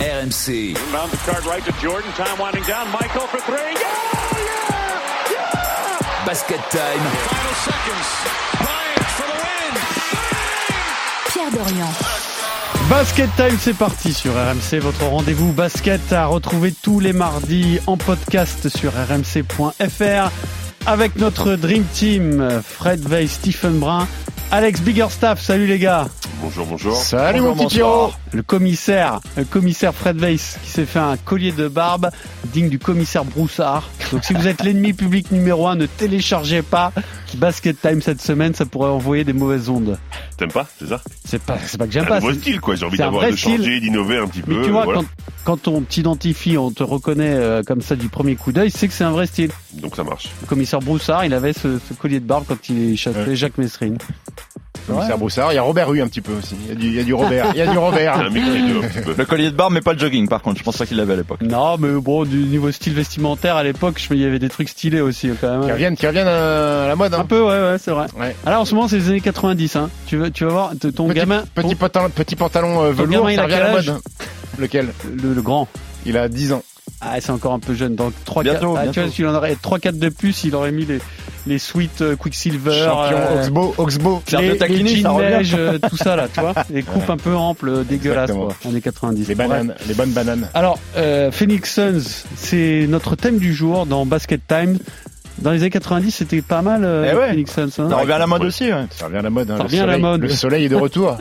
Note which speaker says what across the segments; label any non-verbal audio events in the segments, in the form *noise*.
Speaker 1: RMC.
Speaker 2: Inbound the card right to Jordan. Time winding down. Michael for three. Yeah, yeah, yeah.
Speaker 1: Basket time.
Speaker 3: Final seconds. Bryant for the win.
Speaker 4: Pierre Dorian.
Speaker 5: Basket Time, c'est parti sur RMC, votre rendez-vous basket à retrouver tous les mardis en podcast sur rmc.fr avec notre Dream Team, Fred Veil, Stephen Brun, Alex Biggerstaff, salut les gars
Speaker 6: Bonjour, bonjour.
Speaker 7: Salut
Speaker 6: Bonjour,
Speaker 7: mon petit Pierrot
Speaker 5: Le commissaire, le commissaire Fred Weiss, qui s'est fait un collier de barbe digne du commissaire Broussard. Donc si vous êtes l'ennemi public numéro un, ne téléchargez pas Basket Time cette semaine, ça pourrait envoyer des mauvaises ondes.
Speaker 6: T'aimes pas, c'est ça
Speaker 5: C'est pas, c'est pas que
Speaker 7: Ah,
Speaker 5: j'aime
Speaker 6: Un
Speaker 5: pas.
Speaker 6: nouveau
Speaker 5: c'est-
Speaker 6: style, quoi. J'ai envie
Speaker 5: c'est un
Speaker 6: d'avoir
Speaker 5: vrai
Speaker 6: de
Speaker 5: style.
Speaker 6: changer, d'innover un petit
Speaker 5: Mais
Speaker 7: Euh,
Speaker 6: peu.
Speaker 5: tu vois,
Speaker 6: voilà.
Speaker 5: quand, quand on t'identifie, on te reconnaît euh, comme ça du premier coup d'œil, c'est que c'est un vrai style.
Speaker 6: Donc ça marche.
Speaker 5: Le commissaire Broussard, il avait ce, ce collier de barbe quand il châtelait Jacques Messrine.
Speaker 7: Commissaire Broussard, il y a Robert Rue un petit peu aussi. Il y a du, il y a
Speaker 5: *laughs*
Speaker 7: du Robert, il y a du Robert.
Speaker 5: Ah.
Speaker 6: C'est un mix des deux, un petit peu.
Speaker 8: Le collier de barbe, mais pas le jogging, par contre. Je pense pas qu'il l'avait à l'époque.
Speaker 5: Non, mais bon, du niveau style vestimentaire, à l'époque, je- il y avait des trucs stylés aussi, quand
Speaker 7: Qui
Speaker 5: même.
Speaker 7: reviennent, qui reviennent euh, à la mode.
Speaker 5: Un
Speaker 7: Hein.
Speaker 5: peu, ouais, ouais, c'est vrai.
Speaker 7: Ouais.
Speaker 5: Alors, en ce moment, c'est les années 90, hein. Tu, veux, tu vas voir, t- ton
Speaker 7: petit,
Speaker 5: gamin,
Speaker 7: petit pantalon, petit pantalon euh, velours,
Speaker 5: gamin, il
Speaker 7: ça
Speaker 5: a
Speaker 7: revient
Speaker 5: quel
Speaker 7: à la
Speaker 5: âge
Speaker 7: mode. *laughs* Lequel
Speaker 5: ton- oh, le, le grand.
Speaker 7: Il a 10 ans.
Speaker 5: Ah, c'est encore un peu jeune. Donc, 3,
Speaker 8: Bientôt,
Speaker 5: 4, ah, tu
Speaker 8: bientôt.
Speaker 5: vois, s'il en aurait 3, 4 de plus, il aurait mis les, les suites euh, Quicksilver.
Speaker 7: Champion
Speaker 5: euh,
Speaker 7: Oxbow, Oxbow.
Speaker 8: Pierre de
Speaker 5: les, les
Speaker 8: Taquini,
Speaker 5: jeans
Speaker 8: ça revient.
Speaker 5: neige, euh, tout ça là, tu vois, les coupes un peu amples, euh, dégueulasses,
Speaker 7: Exactement.
Speaker 5: quoi, années 90.
Speaker 7: Les
Speaker 5: Bref.
Speaker 7: bananes, les bonnes bananes.
Speaker 5: Alors, euh, Phoenix Suns, c'est notre thème du jour dans Basket Time. Dans les années 90, c'était pas mal euh,
Speaker 8: Eh ouais.
Speaker 5: Phoenix Suns. hein.
Speaker 8: Ça revient à la mode
Speaker 6: Ouais.
Speaker 8: aussi, ouais.
Speaker 7: Ça revient à la mode. hein,
Speaker 5: Ça
Speaker 7: le
Speaker 5: revient à la
Speaker 7: soleil-
Speaker 5: mode.
Speaker 7: Le soleil est
Speaker 5: *laughs*
Speaker 7: de retour.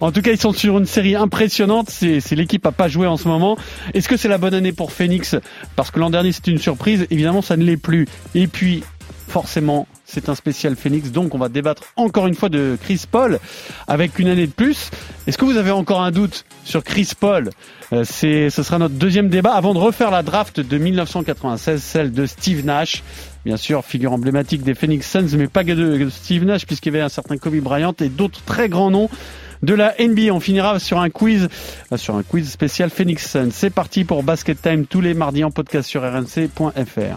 Speaker 5: En tout cas, ils sont sur une série impressionnante. C'est c'est l'équipe à pas jouer en ce moment. Est-ce que c'est la bonne année pour Phoenix Parce que l'an dernier, c'était une surprise. Évidemment, ça ne l'est plus. Et puis, forcément, c'est un spécial Phoenix. Donc, on va débattre encore une fois de Chris Paul avec une année de plus. Est-ce que vous avez encore un doute sur Chris Paul Euh, C'est, ce sera notre deuxième débat avant de refaire la draft de 1996, celle de Steve Nash. Bien sûr, figure emblématique des Phoenix Suns, mais pas que de de Steve Nash, puisqu'il y avait un certain Kobe Bryant et d'autres très grands noms de la NBA. On finira sur un quiz, euh, sur un quiz spécial Phoenix Suns. C'est parti pour Basket Time tous les mardis en podcast sur rmc.fr.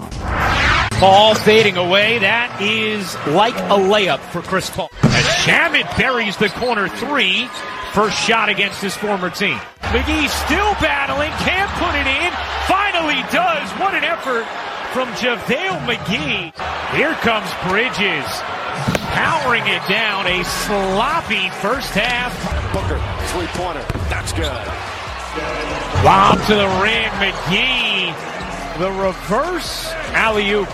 Speaker 9: Ball fading away. That is like a layup for Chris Paul. And Shamit buries the corner three. First shot against his former team. McGee still battling. Can't put it in. Finally does. What an effort from JaVale McGee. Here comes Bridges. Powering it down. A sloppy first half.
Speaker 3: Booker, three-pointer. That's good.
Speaker 9: Lob to the rim. McGee. The reverse. Alley-oop.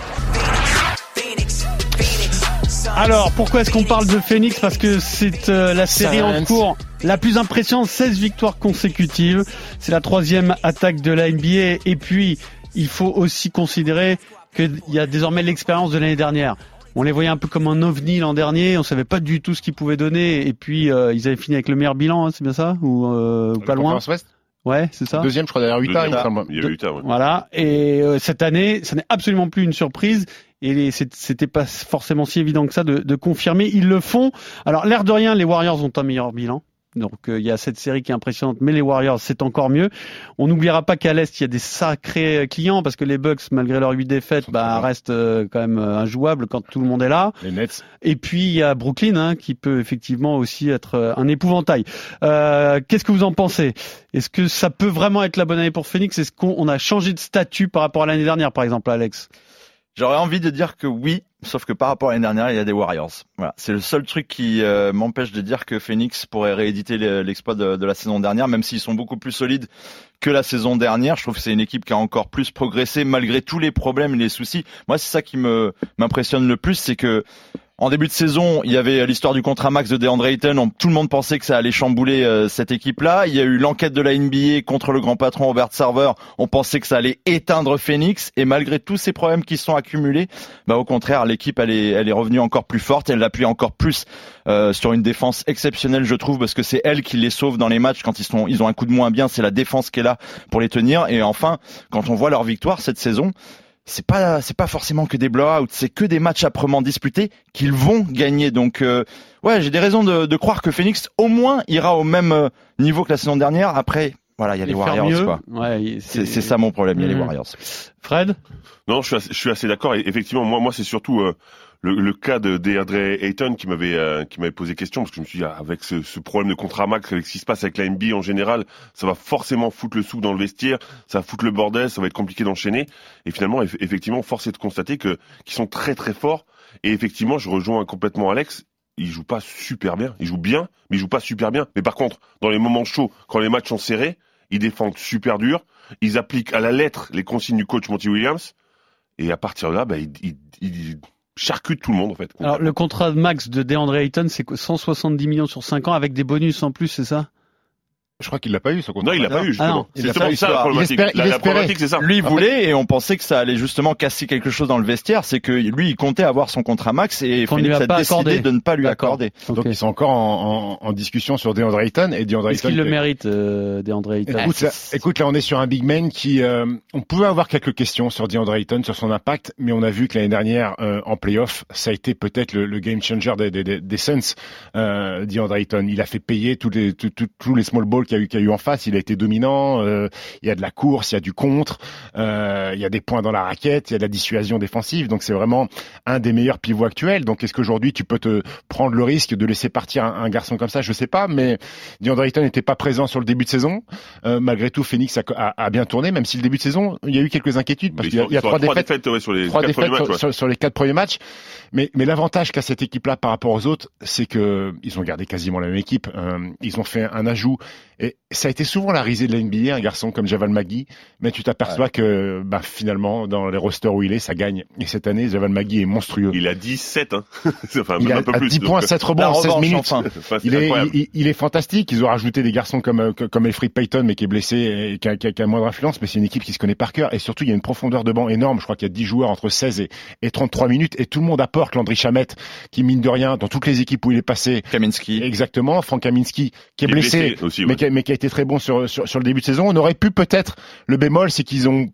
Speaker 5: Alors, pourquoi est-ce qu'on parle de Phoenix Parce que c'est euh, la série en cours la plus impressionnante, 16 victoires consécutives. C'est la troisième attaque de la NBA. Et puis, il faut aussi considérer qu'il y a désormais l'expérience de l'année dernière. On les voyait un peu comme un ovni l'an dernier, on savait pas du tout ce qu'ils pouvaient donner, et puis euh, ils avaient fini avec le meilleur bilan, hein, c'est bien ça Ou, euh, ou pas
Speaker 7: La
Speaker 5: loin
Speaker 7: Conférence Ouest.
Speaker 5: Ouais, c'est ça
Speaker 7: Deuxième, je crois, derrière Utah, il me
Speaker 6: Utah.
Speaker 7: semble.
Speaker 6: Il y avait Utah, ouais.
Speaker 5: voilà. Et euh, cette année, ça n'est absolument plus une surprise. Et les- c'est- c'était pas forcément si évident que ça de, de confirmer. Ils le font. Alors, l'air de rien, les Warriors ont un meilleur bilan. Donc, euh, il y a cette série qui est impressionnante, mais les Warriors, c'est encore mieux. On n'oubliera pas qu'à l'Est, il y a des sacrés euh, clients parce que les Bucks, malgré leurs huit défaites, bah, restent euh, quand même euh, injouables quand tout le monde est là.
Speaker 7: Les Nets.
Speaker 5: Et puis, il y a Brooklyn hein, qui peut effectivement aussi être euh, un épouvantail. Euh, Qu'est-ce que vous en pensez Est-ce que ça peut vraiment être la bonne année pour Phoenix Est-ce qu'on on a changé de statut par rapport à l'année dernière, par exemple, Alex
Speaker 8: J'aurais envie de dire que oui, sauf que par rapport à l'année dernière, il y a des Warriors. Voilà. C'est le seul truc qui euh, m'empêche de dire que Phoenix pourrait rééditer le- l'exploit de, de la saison dernière, même s'ils sont beaucoup plus solides que la saison dernière. Je trouve que c'est une équipe qui a encore plus progressé malgré tous les problèmes et les soucis. Moi, c'est ça qui me m'impressionne le plus, c'est que en début de saison, il y avait l'histoire du contrat max de DeAndre Ayton. On- Tout le monde pensait que ça allait chambouler euh, cette équipe-là. Il y a eu l'enquête de la NBA contre le grand patron Robert Sarver. On pensait que ça allait éteindre Phoenix. Et malgré tous ces problèmes qui se sont accumulés, bah, au contraire, l'équipe, elle est, elle est revenue encore plus forte. Elle l'appuie encore plus euh, sur une défense exceptionnelle, je trouve, parce que c'est elle qui les sauve dans les matchs quand ils, sont, ils ont un coup de moins bien. C'est la défense qui est là pour les tenir. Et enfin, quand on voit leur victoire cette saison, c'est pas c'est pas forcément que des blowouts, c'est que des matchs âprement disputés qu'ils vont gagner. Donc euh, ouais, j'ai des raisons de, de croire que Phoenix au moins ira au même euh, niveau que la saison dernière. Après, voilà, il y a les
Speaker 5: Et
Speaker 8: Warriors quoi.
Speaker 5: Ouais,
Speaker 8: C'est c'est ça mon problème, il y a les
Speaker 5: Mhm.
Speaker 8: Warriors.
Speaker 5: Fred
Speaker 6: Non, je suis assez, je suis assez d'accord. Et effectivement, moi, moi, c'est surtout euh, le, le cas de DeAndre Ayton qui m'avait euh, qui m'avait posé question parce que je me suis dit ah, avec ce, ce problème de contrat max, avec ce qui se passe avec la NBA en général, ça va forcément foutre le sou dans le vestiaire, ça va foutre le bordel, ça va être compliqué d'enchaîner. Et finalement, eff- effectivement, force est de constater que qu'ils sont très très forts. Et effectivement, je rejoins complètement Alex. Ils jouent pas super bien. Ils jouent bien, mais ils jouent pas super bien. Mais par contre, dans les moments chauds, quand les matchs sont serrés, ils défendent super dur. Ils appliquent à la lettre les consignes du coach Monty Williams. Et à partir de là, bah, ils, ils- ils charcutent tout le monde en fait.
Speaker 5: Alors, le contrat de max de DeAndre Ayton, c'est quoi 170 millions sur 5 ans avec des bonus en plus, c'est ça
Speaker 7: Je crois qu'il l'a pas eu ce contrat.
Speaker 6: non, il l'a
Speaker 8: non.
Speaker 6: pas
Speaker 5: Ah
Speaker 6: eu justement.
Speaker 5: non,
Speaker 6: c'est
Speaker 8: il l'a
Speaker 6: justement
Speaker 8: pas eu,
Speaker 6: ça
Speaker 8: ça
Speaker 6: la
Speaker 8: va.
Speaker 6: problématique.
Speaker 7: Il espérait-
Speaker 6: La-
Speaker 7: il
Speaker 6: la
Speaker 7: espérait.
Speaker 6: problématique, c'est ça.
Speaker 8: Lui voulait et on pensait que ça allait justement casser quelque chose dans le vestiaire, c'est que lui il comptait avoir son contrat max et
Speaker 5: Qu'on
Speaker 8: Phoenix
Speaker 5: lui a
Speaker 8: a,
Speaker 5: pas
Speaker 8: décidé
Speaker 5: accordé.
Speaker 8: de ne pas lui
Speaker 5: D'accord.
Speaker 8: accorder.
Speaker 5: Ok.
Speaker 7: Donc ils sont encore en, en- en discussion sur DeAndre Ayton et DeAndre
Speaker 5: Est-ce
Speaker 7: Ayton.
Speaker 5: qu'il le
Speaker 7: fait-
Speaker 5: mérite, euh, DeAndre Ayton
Speaker 7: Écoute, là, écoute, là, on est sur un big man qui, euh, on pouvait avoir quelques questions sur DeAndre Ayton, sur son impact, mais on a vu que l'année dernière, euh, en playoff, ça a été peut-être le, le game changer des, des, des, des Suns, euh, DeAndre Ayton. Il a fait payer tous les, tous- tous- tous les small balls qu'il y, a eu- qu'il y a eu en face. Il a été dominant, euh, il y a de la course, il y a du contre, euh, il y a des points dans la raquette, il y a de la dissuasion défensive. Donc c'est vraiment un des meilleurs pivots actuels. Donc est-ce qu'aujourd'hui, tu peux te prendre le risque de laisser partir un, un garçon comme ça Je sais pas, mais DeAndre Ayton n'était pas présent sur le début de saison. Euh, malgré tout, Phoenix a, a- a bien tourné, même si le début de saison, il y a eu quelques inquiétudes parce
Speaker 6: Mais
Speaker 7: qu'il y a,
Speaker 6: ils
Speaker 7: il y a
Speaker 6: sont à
Speaker 7: trois défaites,
Speaker 6: ouais, sur les
Speaker 7: trois
Speaker 6: quatre premiers
Speaker 7: défaites
Speaker 6: matchs.
Speaker 7: sur,
Speaker 6: ouais.
Speaker 7: sur- sur les quatre premiers matchs. Mais, mais l'avantage qu'a cette équipe-là par rapport aux autres, c'est que ils ont gardé quasiment la même équipe. Euh, ils ont fait un ajout et ça a été souvent la risée de la NBA, un garçon comme Javal Magui. Mais tu t'aperçois que bah, finalement, dans les rosters où il est, ça gagne. Et cette année, Javal Magui est monstrueux. Il,
Speaker 6: Il a 17, hein. *laughs* enfin, même
Speaker 7: a,
Speaker 6: un peu
Speaker 7: a
Speaker 6: plus.
Speaker 7: 10
Speaker 6: donc, euh,
Speaker 7: points, 7 rebonds
Speaker 8: La
Speaker 7: en 16
Speaker 8: revanche,
Speaker 7: minutes.
Speaker 8: enfin.
Speaker 6: enfin, Ah, c'est
Speaker 7: Il est,
Speaker 6: incroyable.
Speaker 7: il, il est fantastique. Ils ont rajouté des garçons comme euh, que- comme Elfrid Payton, mais qui est blessé et qui a, qui a- qui a moindre influence. Mais c'est une équipe qui se connaît par cœur. Et surtout, il y a une profondeur de banc énorme. Je crois qu'il y a 10 joueurs entre 16 et, et 33 minutes. Et tout le monde apporte. Landry Chamette, qui mine de rien, dans toutes les équipes où il est passé.
Speaker 8: Kaminsky.
Speaker 7: Exactement. Frank Kaminski, qui est
Speaker 6: Il est
Speaker 7: blessé,
Speaker 6: aussi.
Speaker 7: mais,
Speaker 6: ouais.
Speaker 7: qui a, mais qui a été très bon sur, sur, sur le début de saison. On aurait pu peut-être, le bémol, c'est qu'ils ont,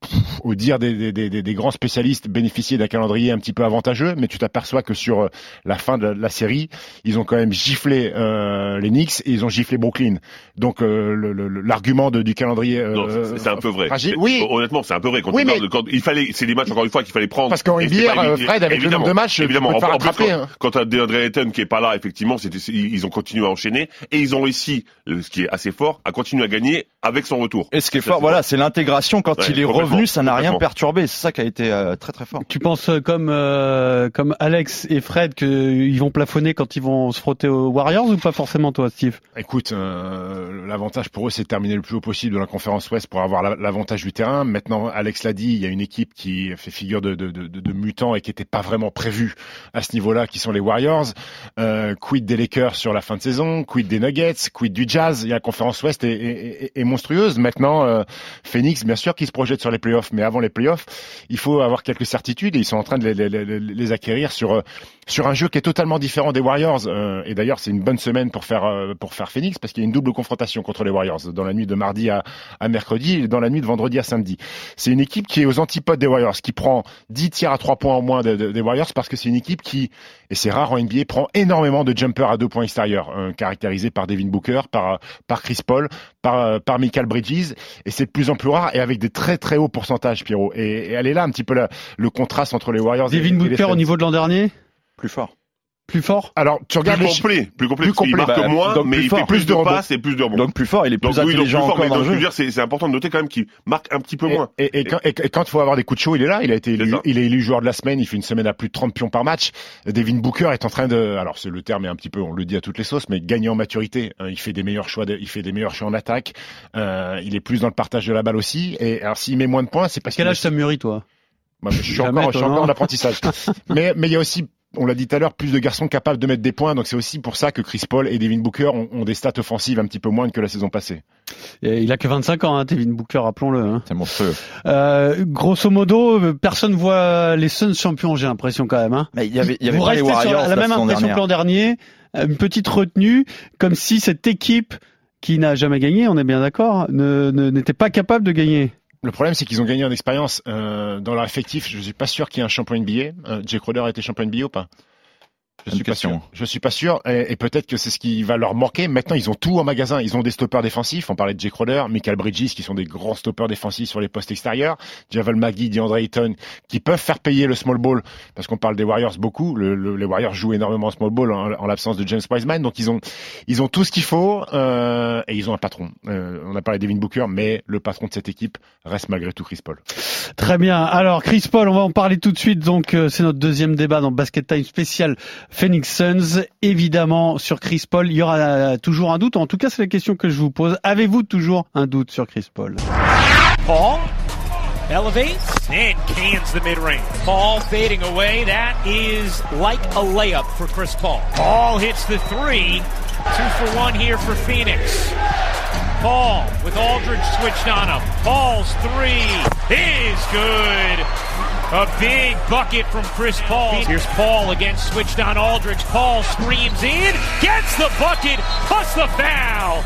Speaker 7: pff, au dire des, des, des, des- des grands spécialistes, bénéficié d'un calendrier un petit peu avantageux, mais tu t'aperçois que sur euh, la fin de la, de la série, ils ont quand même giflé euh, les Knicks et ils ont giflé Brooklyn. Donc euh, le- le- le- l'argument de- du calendrier... euh,
Speaker 6: Non, c'est- c'est un peu vrai.
Speaker 7: fragile.
Speaker 6: C'est-
Speaker 7: Oui.
Speaker 6: Honnêtement, c'est un peu vrai. Quand
Speaker 7: Oui,
Speaker 6: tu
Speaker 7: mais-
Speaker 6: regardes, quand il fallait, c'est des matchs encore une fois qu'il fallait prendre.
Speaker 7: Parce qu'en
Speaker 6: Et c'est
Speaker 7: NBA,
Speaker 6: pas
Speaker 7: euh,
Speaker 6: évi-
Speaker 7: Fred, avec le
Speaker 6: évidemment,
Speaker 7: nombre de matchs,
Speaker 6: évidemment.
Speaker 7: tu peux te
Speaker 6: En-
Speaker 7: faire
Speaker 6: en plus,
Speaker 7: attraper. hein.
Speaker 6: Quand t'as DeAndre Ayton qui est pas là, effectivement, c'était, c'est- ils ont continué à enchaîner et ils ont réussi, le- ce qui est assez fort, à continuer à gagner avec son retour.
Speaker 8: Et ce qui est
Speaker 6: Ça,
Speaker 8: fort,
Speaker 6: c'est
Speaker 8: voilà, c'est l'intégration. Quand
Speaker 6: Ouais,
Speaker 8: il est
Speaker 6: complètement,
Speaker 8: revenu, ça n'a rien
Speaker 6: complètement.
Speaker 8: perturbé. C'est ça qui a été euh, très très fort.
Speaker 5: Tu penses euh, comme euh, comme Alex et Fred qu'ils vont plafonner quand ils vont se frotter aux Warriors ou pas forcément toi, Steve
Speaker 7: Écoute, euh, l'avantage pour eux, c'est de terminer le plus haut possible de la conférence Ouest pour avoir la- l'avantage du terrain. Maintenant, Alex l'a dit, il y a une équipe qui fait figure de, de, de, de- de mutants et qui n'était pas vraiment prévue à ce niveau-là, qui sont les Warriors. Euh, quid des Lakers sur la fin de saison, quid des Nuggets, quid du Jazz. Et la conférence Ouest est, est- est- est monstrueuse. Maintenant, euh, Phoenix, bien sûr, qui se projette sur les playoffs, mais avant les playoffs, il faut avoir quelques certitudes et ils sont en train de les, les- les- les acquérir sur euh, sur un jeu qui est totalement différent des Warriors. euh, et d'ailleurs, c'est une bonne semaine pour faire euh, pour faire Phoenix parce qu'il y a une double confrontation contre les Warriors dans la nuit de mardi à, à mercredi et dans la nuit de vendredi à samedi. C'est une équipe qui est aux antipodes des Warriors, qui prend 10 tirs à 3 points en moins de- de- des Warriors parce que c'est une équipe qui et c'est rare en NBA prend énormément de jumpers à deux points extérieurs, euh, caractérisés par Devin Booker, par euh, par Chris Paul, par euh, par Michael Bridges et c'est de plus en plus rare et avec des très très hauts pourcentages, Pierrot. Et, et elle est là un petit peu la, le contraste entre les Warriors et,
Speaker 5: Devin
Speaker 7: et les
Speaker 5: Booker
Speaker 7: Suns.
Speaker 5: au niveau de l'an dernier,
Speaker 8: Plus fort.
Speaker 5: plus fort
Speaker 7: Alors, tu
Speaker 6: Plus
Speaker 7: regardes les chi-
Speaker 6: complet, plus complet,
Speaker 7: Plus
Speaker 6: parce qu'il
Speaker 7: complet,
Speaker 6: marque
Speaker 8: bah,
Speaker 6: moins,
Speaker 8: donc
Speaker 6: mais
Speaker 8: plus
Speaker 6: il
Speaker 8: fort.
Speaker 6: fait plus
Speaker 7: Plus de
Speaker 6: de
Speaker 7: rebonds.
Speaker 6: passes et plus de rebonds.
Speaker 8: Ah Donc plus fort, il est plus
Speaker 6: Donc oui, donc plus
Speaker 8: intelligent
Speaker 6: fort,
Speaker 8: encore
Speaker 6: mais
Speaker 8: dans
Speaker 6: donc,
Speaker 8: le
Speaker 6: je veux
Speaker 8: jeu.
Speaker 6: dire, c'est c'est important de noter quand même qu'il marque un petit peu moins.
Speaker 7: Et, et- et quand, et- et quand il faut avoir des coups de chaud, il est là. Il a été
Speaker 6: C'est
Speaker 7: élu,
Speaker 6: ça.
Speaker 7: il est élu joueur de la semaine. Il fait une semaine à plus de 30 pions par match. Devin Booker est en train de, alors c'est le terme est un petit peu, on le dit à toutes les sauces, mais gagner en maturité. hein. il fait des meilleurs choix, de- il fait des meilleurs choix en attaque. Euh, il est plus dans le partage de la balle aussi. Et alors s'il met moins de points, c'est parce
Speaker 5: Quel
Speaker 7: qu'il
Speaker 5: âge ça mûrit toi
Speaker 7: moi, je suis
Speaker 5: Jamais,
Speaker 7: encore, je suis
Speaker 5: toi,
Speaker 7: encore
Speaker 5: non *laughs*
Speaker 7: en apprentissage. mais mais il y a aussi, on l'a dit tout à l'heure, plus de garçons capables de mettre des points. Donc c'est aussi pour ça que Chris Paul et Devin Booker ont, ont des stats offensives un petit peu moins que la saison passée.
Speaker 5: Et Il a que 25 ans, hein, Devin Booker, rappelons-le. hein.
Speaker 8: C'est monstrueux.
Speaker 5: Euh, grosso modo, euh, personne voit les Suns champions, j'ai l'impression quand même. Hein.
Speaker 8: Mais il y avait, il y avait
Speaker 5: Vous
Speaker 8: pas les
Speaker 5: restez sur
Speaker 8: Warriors
Speaker 5: la, la même
Speaker 8: saison
Speaker 5: impression que
Speaker 8: dernière.
Speaker 5: l'an dernier, Euh, une petite retenue, comme si cette équipe qui n'a jamais gagné, on est bien d'accord, ne ne- n'était pas capable de gagner.
Speaker 7: Le problème, c'est qu'ils ont gagné en expérience. Euh, dans leur effectif, je suis pas sûr qu'il y ait un champion NBA. Euh, Jay Crowder a été champion NBA ou pas Je suis pas sûr. Je suis pas sûr. Et, et peut-être que c'est ce qui va leur manquer. Maintenant, ils ont tout en magasin. Ils ont des stoppers défensifs. On parlait de Jake Crowder, Michael Bridges, qui sont des grands stoppers défensifs sur les postes extérieurs. Javel Magui, DeAndre Ayton, qui peuvent faire payer le small ball. Parce qu'on parle des Warriors beaucoup. Le, le, les Warriors jouent énormément en small ball en, en l'absence de James Wiseman. Donc, ils ont, ils ont tout ce qu'il faut. Euh, et ils ont un patron. Euh, on a parlé d'Evin Booker, mais le patron de cette équipe reste malgré tout Chris Paul.
Speaker 5: Très bien. Alors, Chris Paul, on va en parler tout de suite. Donc, euh, c'est notre deuxième débat dans Basket Time spécial Phoenix Suns. Évidemment, sur Chris Paul, il y aura euh, toujours un doute. En tout cas, c'est la question que je vous pose. Avez-vous toujours un doute sur Chris Paul
Speaker 9: Paul elevates and cans the mid-range. Paul fading away. That is like a layup for Chris Paul. Paul hits the three. Two for one here for Phoenix. Paul with Aldridge switched on him. Paul's three is good. A big bucket from Chris Paul. Here's Paul again switched on Aldridge. Paul screams in, gets the bucket, plus the foul.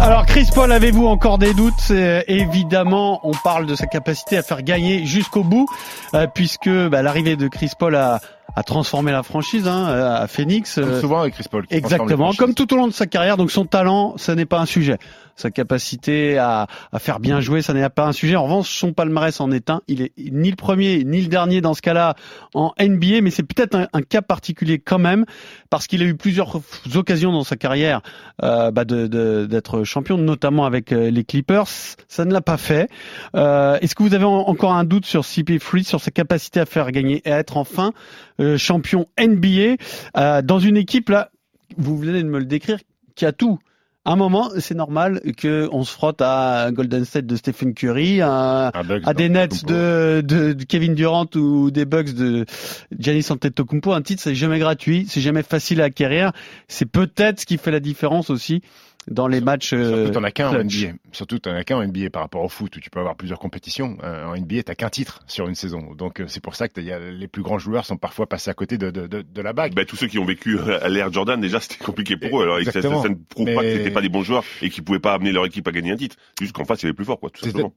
Speaker 5: Alors Chris Paul, avez-vous encore des doutes euh, Évidemment, on parle de sa capacité à faire gagner jusqu'au bout, euh, puisque bah, l'arrivée de Chris Paul a, a transformé la franchise hein, à Phoenix.
Speaker 7: Comme euh, souvent avec Chris Paul.
Speaker 5: Exactement, comme tout au long de sa carrière. Donc son talent, ça n'est pas un sujet. Sa capacité à, à faire bien jouer, ça n'est pas un sujet. En revanche, son palmarès en est un. Il est ni le premier ni le dernier dans ce cas-là en NBA, mais c'est peut-être un, un, cas particulier quand même, parce qu'il a eu plusieurs occasions dans sa carrière bah, de, de d'être champion, notamment avec euh, les Clippers. Ça ne l'a pas fait. Euh, Est-ce que vous avez encore un doute sur CP3, sur sa capacité à faire gagner et à être enfin euh, champion NBA euh, dans une équipe là Vous venez de me le décrire, qui a tout. À un moment, c'est normal que on se frotte à Golden State de Stephen Curry, à,
Speaker 7: Ah,
Speaker 5: à, Bugs, à des Nets de, de, de, Kevin Durant ou des Bucks de Giannis Antetokounmpo. Un titre, c'est jamais gratuit, c'est jamais facile à acquérir. C'est peut-être ce qui fait la différence aussi dans les
Speaker 7: surtout,
Speaker 5: matchs. Euh,
Speaker 7: surtout, t'en as qu'un en NBA. Surtout, t'en as qu'un en NBA par rapport au foot où tu peux avoir plusieurs compétitions. Euh, en NBA, t'as qu'un titre sur une saison. Donc, euh, c'est pour ça que y a, les plus grands joueurs sont parfois passés à côté de, de, de, de la bague.
Speaker 6: Bah, tous ceux qui ont vécu à l'ère Jordan, déjà, c'était compliqué pour eux. Alors, ça, ça, ça, ne prouve Mais... pas que c'était pas des bons joueurs et qu'ils pouvaient pas amener leur équipe à gagner un titre. Juste qu'en face, il y avait plus fort, quoi, tout simplement.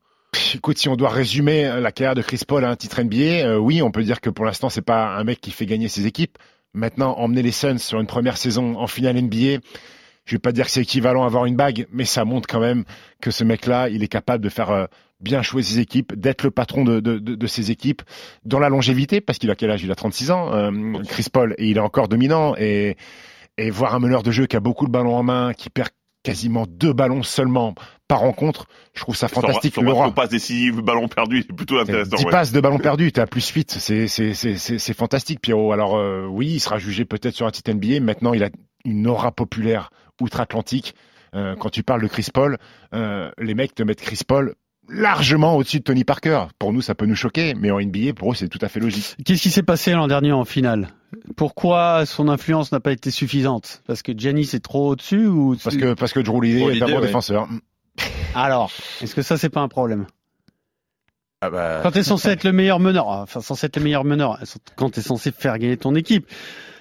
Speaker 7: Écoute, si on doit résumer euh, la carrière de Chris Paul à un titre NBA, euh, oui, on peut dire que pour l'instant, c'est pas un mec qui fait gagner ses équipes. Maintenant, emmener les Suns sur une première saison en finale NBA, je vais pas dire que c'est équivalent à avoir une bague, mais ça montre quand même que ce mec-là, il est capable de faire euh, bien jouer ses équipes, d'être le patron de, de, de, de, ses équipes dans la longévité, parce qu'il a quel âge Il a 36 ans, euh, Chris Paul, et il est encore dominant. Et, et voir un meneur de jeu qui a beaucoup de ballons en main, qui perd quasiment deux ballons seulement par rencontre. Je trouve ça fantastique.
Speaker 6: Sur, sur passe décisive, ballon perdu, c'est plutôt intéressant.
Speaker 7: 10 ouais. passes de ballon perdu, t'as plus 8, c'est c'est fantastique, Pierrot. Alors euh, oui, il sera jugé peut-être sur un titre NBA. Maintenant, il a une aura populaire outre-Atlantique. Euh, quand tu parles de Chris Paul, euh, les mecs te mettent Chris Paul largement au-dessus de Tony Parker. Pour nous, ça peut nous choquer, mais en NBA, pour eux, c'est tout à fait logique.
Speaker 5: Qu'est-ce qui s'est passé l'an dernier en finale pourquoi son influence n'a pas été suffisante Parce que Giannis est trop au-dessus ou
Speaker 7: parce que parce que Drew Holiday est un bon ouais. défenseur.
Speaker 5: Alors, est-ce que ça c'est pas un problème ah bah... Quand t'es censé être le meilleur meneur, hein, enfin censé être le meilleur meneur, hein, quand t'es censé faire gagner ton équipe,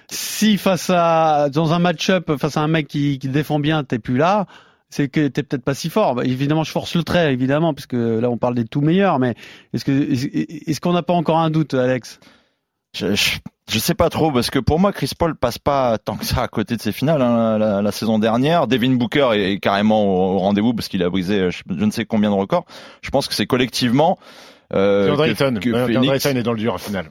Speaker 5: si face à dans un match-up face à un mec qui, qui défend bien, t'es plus là, c'est que t'es peut-être pas si fort. Bah, évidemment, je force le trait, évidemment, parce que là on parle des tout meilleurs, mais est-ce que est-ce qu'on n'a pas encore un doute, Alex
Speaker 8: je, je, je, sais pas trop parce que pour moi Chris Paul passe pas tant que ça à côté de ses finales hein, la, la, la, saison dernière. Devin Booker est, est carrément au, au rendez-vous parce qu'il a brisé euh, je, je, ne sais combien de records. Je pense que c'est collectivement.
Speaker 7: Euh, DeAndre Ayton Phoenix... est dans le dur en finale.